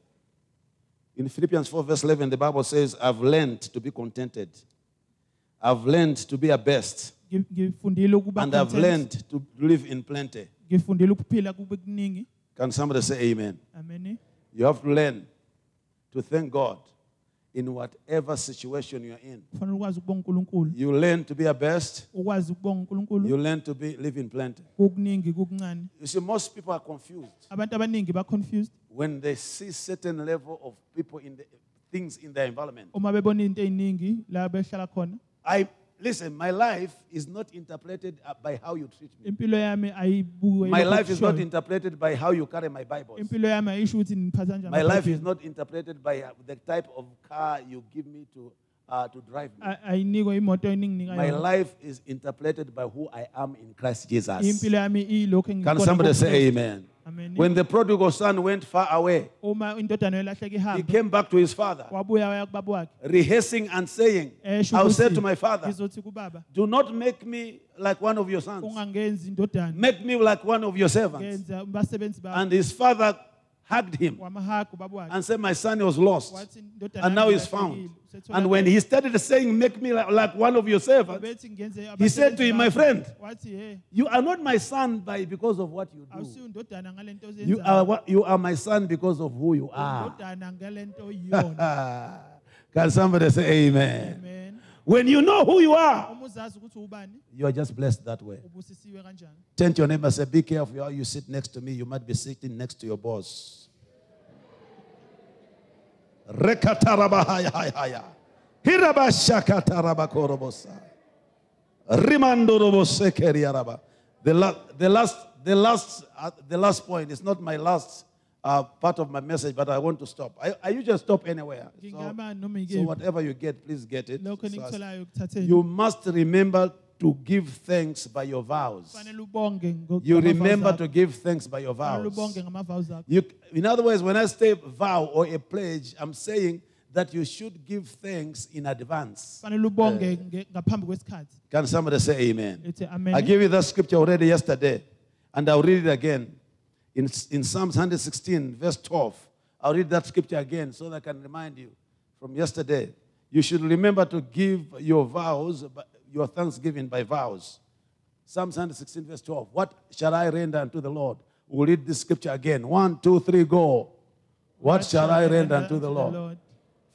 Speaker 1: In Philippians 4, verse 11, the Bible says, I've learned to be contented. I've learned to be at best.
Speaker 2: Ngi- ngifundile ukuba
Speaker 1: And I've
Speaker 2: content.
Speaker 1: learned to live in plenty.
Speaker 2: ngifundile ukuphila kube kuningi
Speaker 1: Can somebody say amen?
Speaker 2: amen
Speaker 1: You have to learn to thank God in whatever situation you're in.
Speaker 2: kufanele ukwazi ukubonga unkulunkulu
Speaker 1: You learn to be at best.
Speaker 2: ukwazi ukubonga unkulunkulu
Speaker 1: You learn to be live in plenty.
Speaker 2: kukuningi kukuncane
Speaker 1: You see, most people are confused.
Speaker 2: abantu abaningi ba-confused
Speaker 1: when they see certain level of people in the things in their environment.
Speaker 2: uma bebona into ey'ningi la behlala khona
Speaker 1: I listen, my life is not interpreted uh, by how you treat me.
Speaker 2: impilo yami ayibuke
Speaker 1: My
Speaker 2: lokho
Speaker 1: life is not
Speaker 2: okushoyo.
Speaker 1: interpreted by how you carry my Bible.
Speaker 2: impilo yami ayisho ukuthi niphatha kanjani
Speaker 1: My life
Speaker 2: amabhayibheli.
Speaker 1: is not interpreted by uh, the type of car you give me to uh, to drive me.
Speaker 2: A- ayinikwe imoto eninginika
Speaker 1: My
Speaker 2: yona
Speaker 1: life is interpreted by who I am in Christ Jesus.
Speaker 2: impilo yami iyilokhu
Speaker 1: Can
Speaker 2: engikubona
Speaker 1: somebody
Speaker 2: kuKristu.
Speaker 1: say amen?
Speaker 2: Amen.
Speaker 1: When the prodigal son went far away,
Speaker 2: uma indodana yolahleka
Speaker 1: he
Speaker 2: ihambe
Speaker 1: came back to his father,
Speaker 2: wabuya waya kubaba wakhe
Speaker 1: rehearsing and saying,
Speaker 2: esho
Speaker 1: I will say
Speaker 2: ukuthi,
Speaker 1: to my father,
Speaker 2: ngizothi kubaba
Speaker 1: Do not make me like one of your sons.
Speaker 2: ungangenzi indodana
Speaker 1: Make me like one of your servants.
Speaker 2: ngenza basebenzi bakho
Speaker 1: And his father hugged him
Speaker 2: wamahaga ubaba wakhe
Speaker 1: and said, My son was lost
Speaker 2: wathi indodana
Speaker 1: and
Speaker 2: yami
Speaker 1: now he's
Speaker 2: ilahlekile,
Speaker 1: found.
Speaker 2: usetholakele."
Speaker 1: And when he started saying, Make me like, like one of your servants,
Speaker 2: Babethi, "Ngenze
Speaker 1: he said to
Speaker 2: abasebenzi
Speaker 1: him, My
Speaker 2: bakho."
Speaker 1: friend,
Speaker 2: wathi hey
Speaker 1: you are not my son by because of what you do.
Speaker 2: awusiyo indodana ngale nto
Speaker 1: You are, what, you are my son because of who you are.
Speaker 2: indodana ngale nto yiyona
Speaker 1: Ah, Can somebody say amen?
Speaker 2: amen
Speaker 1: When you know who you are,
Speaker 2: uma uzazi ukuthi ubani
Speaker 1: you are just blessed that way.
Speaker 2: ubusisiwe kanjani
Speaker 1: Turn to your neighbor and say, Be careful how you sit next to me. You might be sitting next to your boss. Rekatarabahayahaya. Hirabashakatarabakorobosa. Rimandorobosekeriaraba. The, la- the last, the last, uh, the last point is not my last uh, part of my message, but I want to stop. I, I usually stop anywhere. So,
Speaker 2: ngingaba noma
Speaker 1: so
Speaker 2: yikephi
Speaker 1: whatever you get, please get it.
Speaker 2: lokho
Speaker 1: So I-
Speaker 2: enikutholayo kuthatheni
Speaker 1: you must remember to give thanks by your vows.
Speaker 2: kufanele ubonge ngo-
Speaker 1: You
Speaker 2: ngamavows
Speaker 1: remember
Speaker 2: akho.
Speaker 1: to give thanks by your
Speaker 2: Kufanele
Speaker 1: vows.
Speaker 2: ubonge ngama-vows akho
Speaker 1: You, in other words, when I say vow or a pledge, I'm saying that you should give thanks in advance.
Speaker 2: kufanele ubonge nge- ngaphambi kwesikhathi
Speaker 1: Can somebody say amen?
Speaker 2: ethi
Speaker 1: I
Speaker 2: amen
Speaker 1: gave you that scripture already yesterday, and I'll read it again. In, in Psalms 116, verse 12, I'll read that scripture again so that I can remind you from yesterday. You should remember to give your vows, your thanksgiving by vows. Psalms 116, verse 12. What shall I render unto the Lord? We'll read this scripture again. One, two, three, go. What shall I render unto the Lord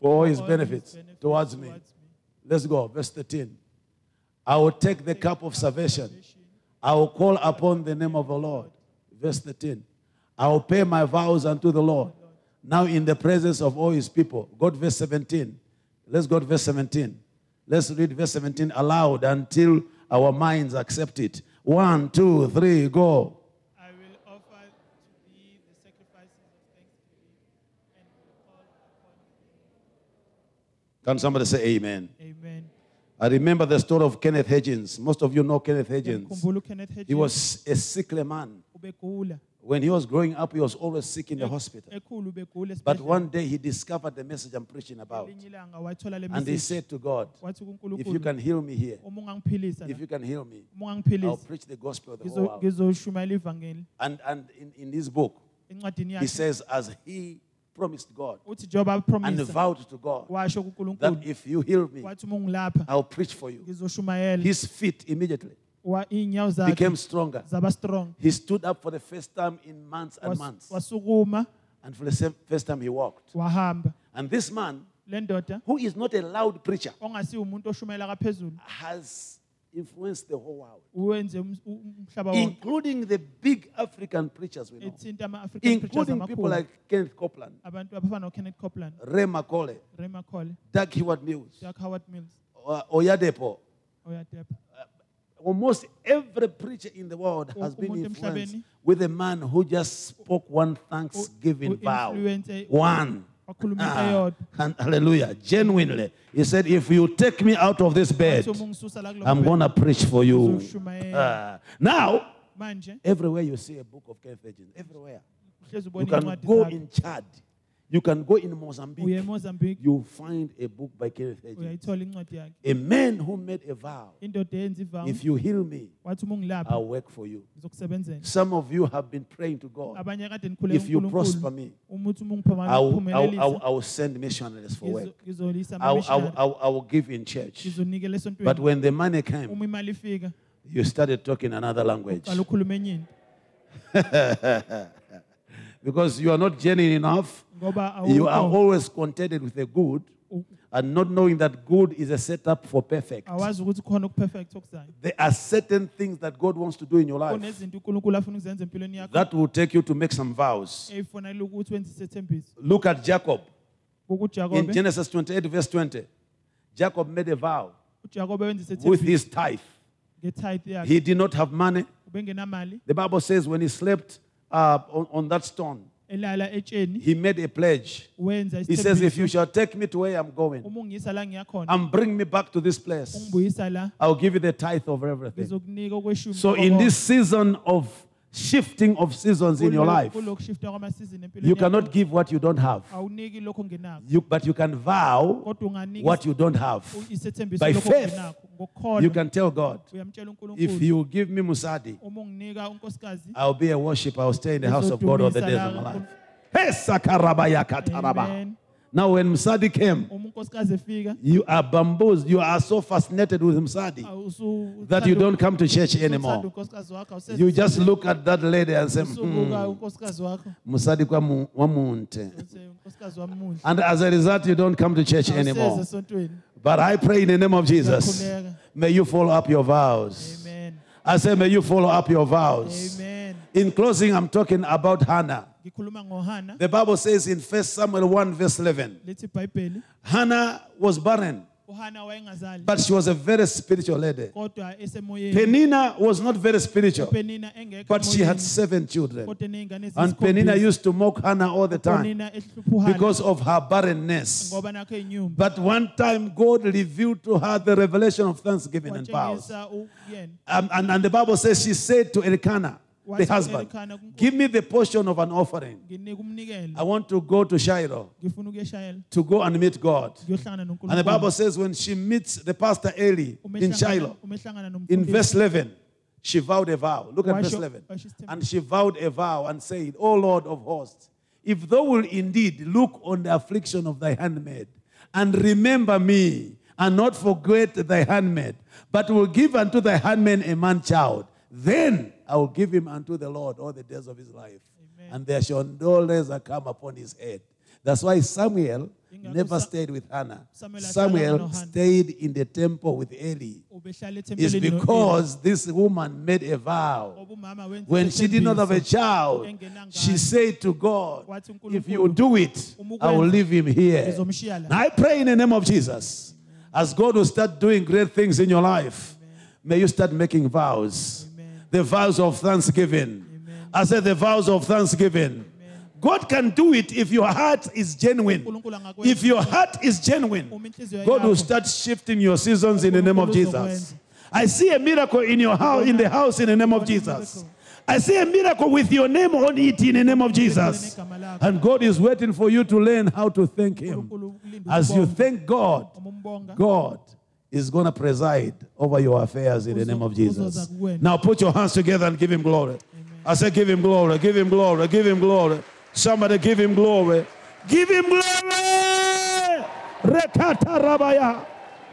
Speaker 1: for all his
Speaker 2: All
Speaker 1: benefits towards me? Let's go. Verse 13. I will take the cup of salvation. I will call upon the name of the Lord. Verse 13. I will pay my vows unto the Lord. Now in the presence of all his people. God, verse 17. Let's go to verse 17. Let's read verse 17 aloud until our minds accept it. One, two, three, go.
Speaker 2: I will offer to thee the sacrifices of thanksgiving and will call upon
Speaker 1: Can somebody say amen?
Speaker 2: thee. Amen.
Speaker 1: I remember the story of Kenneth Higgins. Most of you know Kenneth Higgins.
Speaker 2: Ngikhumbula uKenneth
Speaker 1: He
Speaker 2: Hagin
Speaker 1: was a sickly man.
Speaker 2: ubegula.
Speaker 1: When he was growing up, he was always sick in the hospital.
Speaker 2: Ekhulu ubegula
Speaker 1: But
Speaker 2: esibhedlela.
Speaker 1: one day he discovered the message I'm preaching about.
Speaker 2: Elinye ilanga wathola le
Speaker 1: And he
Speaker 2: message
Speaker 1: said to God, If
Speaker 2: wathi
Speaker 1: you
Speaker 2: kuNkulunkulu
Speaker 1: can heal me here,
Speaker 2: uma ungangiphilisa la,
Speaker 1: if you can heal me,
Speaker 2: uma
Speaker 1: I'll
Speaker 2: ungangiphilisa
Speaker 1: preach the gospel of the whole
Speaker 2: ngizo-
Speaker 1: world.
Speaker 2: ngizoshumayela ivangeli
Speaker 1: And, and in, in his book,
Speaker 2: encwadini
Speaker 1: he
Speaker 2: yakhe
Speaker 1: says, As he promised God
Speaker 2: uthi Job
Speaker 1: and
Speaker 2: apromisa
Speaker 1: vowed to God
Speaker 2: washo
Speaker 1: that
Speaker 2: kuNkulunkulu
Speaker 1: if you heal me,
Speaker 2: wathi uma ungilapha
Speaker 1: I'll preach for you.
Speaker 2: ngizoshumayela
Speaker 1: His feet immediately
Speaker 2: Wa- iy'nyawo zakhe
Speaker 1: became stronger.
Speaker 2: zaba strong
Speaker 1: He stood up for the first time in months and
Speaker 2: Was-
Speaker 1: months.
Speaker 2: wasukuma
Speaker 1: And for the se- first time, he walked.
Speaker 2: wahamba
Speaker 1: And this man,
Speaker 2: le ndoda
Speaker 1: who is not a loud preacher,
Speaker 2: ongasiye umuntu oshumayela kaphezulu
Speaker 1: has influenced the whole world.
Speaker 2: uwenze um- u- umhlaba wonke
Speaker 1: including the big African preachers we know,
Speaker 2: ethinta ama-african preachers
Speaker 1: including people
Speaker 2: amakhulu
Speaker 1: like Kenneth Copeland,
Speaker 2: abantu abafana nokenneth copland
Speaker 1: Ray McCauley,
Speaker 2: ray macaulay
Speaker 1: Doug Heward Mills,
Speaker 2: jack howard mills
Speaker 1: uh, Oyadepo,
Speaker 2: oyadepa
Speaker 1: uh, almost every preacher in the world has been
Speaker 2: Umuntu
Speaker 1: influenced
Speaker 2: emhlabeni.
Speaker 1: with a man who just spoke one thanksgiving vow.
Speaker 2: u-influence-
Speaker 1: One.
Speaker 2: wakhuluma into
Speaker 1: Ah,
Speaker 2: eyodwa.
Speaker 1: and hallelujah. Genuinely. He sasaid, If you take me out of this bed,
Speaker 2: Athi uma ungisusa la kulo
Speaker 1: I'm
Speaker 2: bhedi,
Speaker 1: going to preach for you.
Speaker 2: Uzoshumayela.
Speaker 1: Ah, now,
Speaker 2: manje
Speaker 1: everywhere you see a book of Ken Virgins, everywhere.
Speaker 2: uhlezi
Speaker 1: You
Speaker 2: ubona
Speaker 1: can
Speaker 2: incwadi
Speaker 1: go
Speaker 2: zakhe.
Speaker 1: in Chad. You can go in Mozambique.
Speaker 2: uya emozambique
Speaker 1: You find a book by Kenneth Hagin.
Speaker 2: uyayithola incwadi yakhe
Speaker 1: A man who made a vow.
Speaker 2: indoda eyenza ivawu
Speaker 1: If you heal me,
Speaker 2: wathi uma ungilapha
Speaker 1: I'll work for you.
Speaker 2: ngizokusebenzela
Speaker 1: Some of you have been praying to God.
Speaker 2: abanye kade nikhuleka
Speaker 1: If you prosper
Speaker 2: uNkulunkulu
Speaker 1: me,
Speaker 2: uma uthi uma
Speaker 1: I will, I will, I will,
Speaker 2: ungiphumelelisa
Speaker 1: I will send missionaries for work.
Speaker 2: ngizo- ngizolisa
Speaker 1: I will, I, will, I,
Speaker 2: ama-missionary,
Speaker 1: will, I will give in church.
Speaker 2: ngizonikela esontweni
Speaker 1: But when the money came,
Speaker 2: uma imali ifika
Speaker 1: you started talking another language.
Speaker 2: qala ukhuluma enye into
Speaker 1: Because you are not genuine enough.
Speaker 2: ngoba
Speaker 1: You are
Speaker 2: awukho-
Speaker 1: always contented with the good
Speaker 2: u-
Speaker 1: and not knowing that good is a setup for perfect.
Speaker 2: awazi ukuthi khona okuperfect okuzayo
Speaker 1: There are certain things that God wants to do in your life
Speaker 2: kunezinto uNkulunkulu afuna ukuzenza empilweni yakho
Speaker 1: that will take you to make some vows.
Speaker 2: eyifonela ukuthi wenze isethembiso
Speaker 1: Look at Jacob in
Speaker 2: kuJakobe
Speaker 1: Genesis 28, verse 20. Jacob made a vow
Speaker 2: uJakobe wenza
Speaker 1: with
Speaker 2: isethembiso
Speaker 1: his tithe.
Speaker 2: ngetithe yakhe
Speaker 1: He did not have money.
Speaker 2: ubengenamali
Speaker 1: The Bible says when he slept uh, on, on that stone,
Speaker 2: elala etsheni
Speaker 1: he made a pledge.
Speaker 2: wenza
Speaker 1: He says, If
Speaker 2: isithembiso
Speaker 1: you shall take me to where I'm going
Speaker 2: uma ungiyisa la ngiyakhona
Speaker 1: and bring me back to this place,
Speaker 2: ungibuyisa la
Speaker 1: I'll give you the tithe of everything.
Speaker 2: ngizokunika okweshumi
Speaker 1: So,
Speaker 2: koko.
Speaker 1: in this season of shifting of seasons in your
Speaker 2: Kulo-
Speaker 1: life,
Speaker 2: kulokushifta kwamasizini empilweni
Speaker 1: you
Speaker 2: yakho,
Speaker 1: cannot give what you don't have,
Speaker 2: awuniki lokho ongenakho
Speaker 1: you, but you can vow
Speaker 2: kodwa unganika
Speaker 1: what you don't have.
Speaker 2: isi- isethembiso
Speaker 1: By
Speaker 2: lokho
Speaker 1: faith,
Speaker 2: ongenakho
Speaker 1: You
Speaker 2: ngokukholwa
Speaker 1: can tell God,
Speaker 2: uyamtshela
Speaker 1: If
Speaker 2: uNkulunkulu
Speaker 1: you give me Musadi,
Speaker 2: uma unginika unkosikazi
Speaker 1: I'll be a worshiper, I'll stay in the house of God all the days of my life. Hey, Sakarabaya Kataraba.
Speaker 2: Amen.
Speaker 1: Now, when Musadi came,
Speaker 2: uma unkosikazi efika
Speaker 1: you are bamboozled. You are so fascinated with Musadi.
Speaker 2: awusu-
Speaker 1: that you
Speaker 2: uthanda-
Speaker 1: don't come to church
Speaker 2: uthanda
Speaker 1: anymore.
Speaker 2: unkosikazi wakho awusezi-
Speaker 1: You just mm. look at that lady and say,
Speaker 2: usubuka unkosikazi wakho
Speaker 1: Musadi kwa mu- wa munte."
Speaker 2: uthi, unkosikazi wami muhle
Speaker 1: And as a result, you don't come to church
Speaker 2: awusezi
Speaker 1: anymore.
Speaker 2: esontweni
Speaker 1: But I pray in the name of Jesus,
Speaker 2: Ngiyakhuleka.
Speaker 1: may you follow up your vows.
Speaker 2: amen
Speaker 1: I say, may you follow up your vows.
Speaker 2: amen
Speaker 1: In closing, I'm talking about Hannah.
Speaker 2: ngikhuluma ngohana
Speaker 1: The Bible says in 1 Samuel 1, verse 11,
Speaker 2: lithi ibhayibheli
Speaker 1: Hannah was barren,
Speaker 2: uhana wayengazali
Speaker 1: but she was a very spiritual lady.
Speaker 2: kodwa esemoyeni
Speaker 1: Penina was not very spiritual,
Speaker 2: penina engekho
Speaker 1: but she had
Speaker 2: emoyeni,
Speaker 1: seven children.
Speaker 2: kodwa eney'ngane
Speaker 1: And
Speaker 2: eziyisikhombisa.
Speaker 1: Penina used to mock Hannah all the time
Speaker 2: Konina ehlupha uHana
Speaker 1: because of her barrenness.
Speaker 2: ngoba nakho eyinyumba
Speaker 1: But one time, God revealed to her the revelation of thanksgiving and vows.
Speaker 2: watshengisa uyena
Speaker 1: Um, and, and the Bible says she said to Elkanah, the
Speaker 2: Wathi
Speaker 1: husband,
Speaker 2: ku-Elkanah, kuNkulunkulu,
Speaker 1: Give me the portion of an offering.
Speaker 2: nginika
Speaker 1: I
Speaker 2: umnikelo
Speaker 1: want to go to Shiloh
Speaker 2: ngifuna ukuyeshayela
Speaker 1: to go and meet God.
Speaker 2: ngiyohlangana
Speaker 1: And the Bible says, when she meets the pastor Eli in Shiloh,
Speaker 2: umehlangana
Speaker 1: in
Speaker 2: nomfundisi
Speaker 1: verse 11, she vowed a vow. Look at
Speaker 2: Why
Speaker 1: verse
Speaker 2: she-
Speaker 1: 11.
Speaker 2: why she's tempted?
Speaker 1: And she vowed a vow and said, O Lord of hosts, if thou wilt indeed look on the affliction of thy handmaid and remember me and not forget thy handmaid, but will give unto thy handmaid a man child, then I will give him unto the Lord all the days of his life. And there shall no lesser come upon his head. That's why Samuel
Speaker 2: Ingakho
Speaker 1: never
Speaker 2: Sa-
Speaker 1: stayed with Hannah.
Speaker 2: Samuel ahlala
Speaker 1: Samuel
Speaker 2: noHannah.
Speaker 1: stayed in the temple with Eli
Speaker 2: ubehlala
Speaker 1: is
Speaker 2: ethempelini no-
Speaker 1: because this woman made a vow.
Speaker 2: ngoba umama wenza
Speaker 1: When she did not have a
Speaker 2: isethembiso.
Speaker 1: child, she said to God,
Speaker 2: Wathi,
Speaker 1: If you do it,
Speaker 2: uma
Speaker 1: I will
Speaker 2: ukwenza,
Speaker 1: leave him here.
Speaker 2: ngizomshiya la.
Speaker 1: And I pray in the name of Jesus, as God will start doing great things in your life, may you start making vows.
Speaker 2: Amen.
Speaker 1: The vows of thanksgiving. I said, The vows of thanksgiving. God can do it if your heart is genuine.
Speaker 2: uNkulunkulu angakwenza.
Speaker 1: If your heart is genuine,
Speaker 2: Uma inhliziyo
Speaker 1: God will
Speaker 2: yakho-
Speaker 1: start shifting your seasons in the name of Jesus. I see a miracle in your house, in the house, in the name of Jesus. I see a miracle with your name on it, in the name of Jesus. And God is waiting for you to learn how to thank Him.
Speaker 2: uNkulunkulu ulinda
Speaker 1: As you
Speaker 2: ukubonga.
Speaker 1: thank God,
Speaker 2: Uma umbonga,
Speaker 1: God is going to preside over your affairs in the name of Jesus. Now put your hands together and give Him glory. I say, give Him glory, give Him glory, give Him glory. Somebody give Him glory. Give Him glory. Rekata rabaya.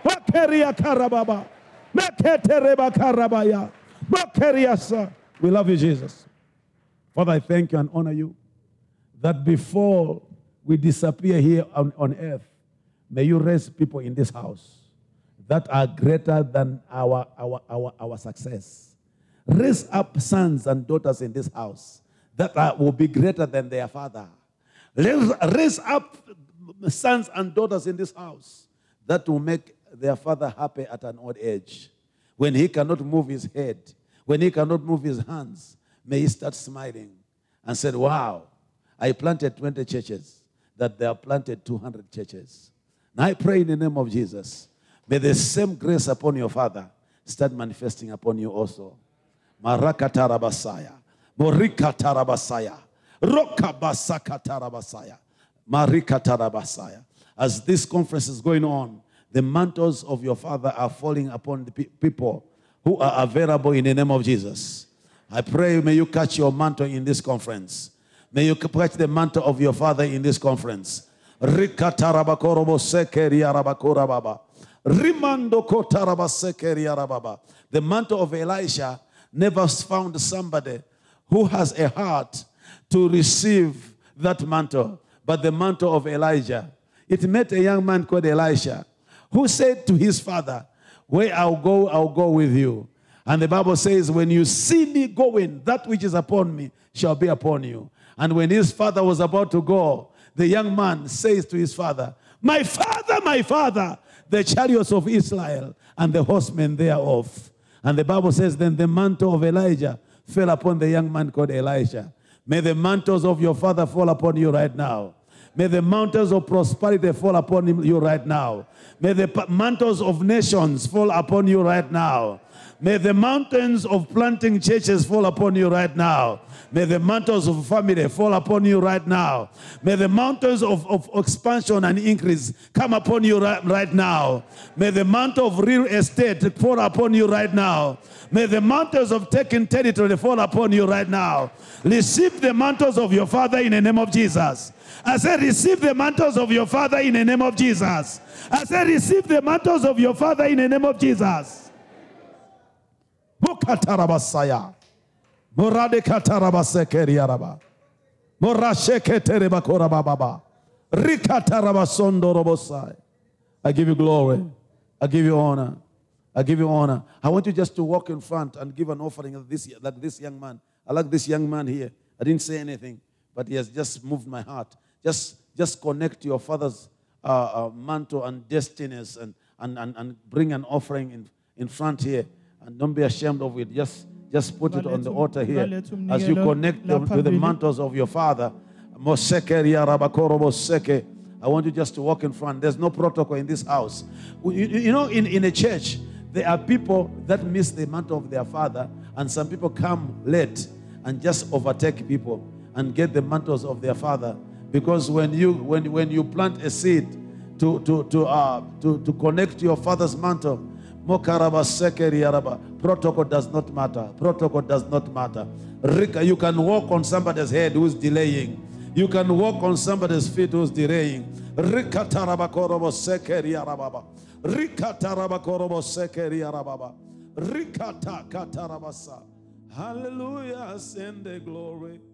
Speaker 1: Wakeria karababa. Mekete reba karabaya. Wakeria sa. We love you, Jesus. Father, I thank you and honor you that before we disappear here on, on earth, may you raise people in this house that are greater than our, our, our, our success. Raise up sons and daughters in this house that are, will be greater than their father. Raise, raise up sons and daughters in this house that will make their father happy at an old age. When he cannot move his head, when he cannot move his hands, may he start smiling and said, Wow, I planted 20 churches, that they are planted 200 churches. Now I pray in the name of Jesus, may the same grace upon your father start manifesting upon you also. Marakatarabasaya. Morikatarabasaya. Rokabasakatarabasaya. Marikatarabasaya. As this conference is going on, the mantles of your father are falling upon the pe- people who are available in the name of Jesus. I pray may you catch your mantle in this conference. May you catch the mantle of your father in this conference. Rikatarabakorobo sekeriarabakorababa. Rimando kotarabasekeriarababa. The mantle of Elisha never found somebody who has a heart to receive that mantle, but the mantle of Elijah. It met a young man called Elisha who said to his father, Where I'll go, I'll go with you. And the Bible says, When you see me going, that which is upon me shall be upon you. And when his father was about to go, the young man says to his father, My father, my father, the chariots of Israel and the horsemen thereof. And the Bible says, Then the mantle of Elijah fell upon the young man called Elisha. May the mantles of your father fall upon you right now. May the mountains of prosperity fall upon him- you right now. May the pa- mantles of nations fall upon you right now. May the mountains of planting churches fall upon you right now. May the mountains of family fall upon you right now. May the mountains of, of expansion and increase come upon you right, right now. May the mantle of real estate fall upon you right now. May the mountains of taking territory fall upon you right now. Receive the mantles of your father in the name of Jesus. I said, receive the mantles of your father in the name of Jesus. I said, receive the mantles of your father in the name of Jesus. Bukatarabasaya. Moradekatarabasekeriaraba. Morasheketerebakorabababa. Rikatarabasondorobosai. I give you glory. I give you honor. I give you honor. I want you just to walk in front and give an offering of this, like this young man. I like this young man here. I didn't say anything, but he has just moved my heart. Just, just connect to your father's uh, uh, mantle and destinies and, and, and, and bring an offering in, in front here. And don't be ashamed of it. Just, just put it on the altar here as you connect them to the mantles of your father. Moseke ria rabakoro moseke. I want you just to walk in front. There's no protocol in this house. You, you- you know, in, in a church, there are people that miss the mantle of their father, and some people come late and just overtake people and get the mantles of their father. Because when you when when you plant a seed to to to uh to, to connect to your father's mantle, Mokaraba sekeri yaraba. Protocol does not matter. Protocol does not matter. Rika, you can walk on somebody's head who's delaying. You can walk on somebody's feet who's delaying. Rika taraba korobo sekeri yarababa. Rika taraba korobo sekeri yarababa. Rika ta katarabasa. Hallelujah. Send the glory.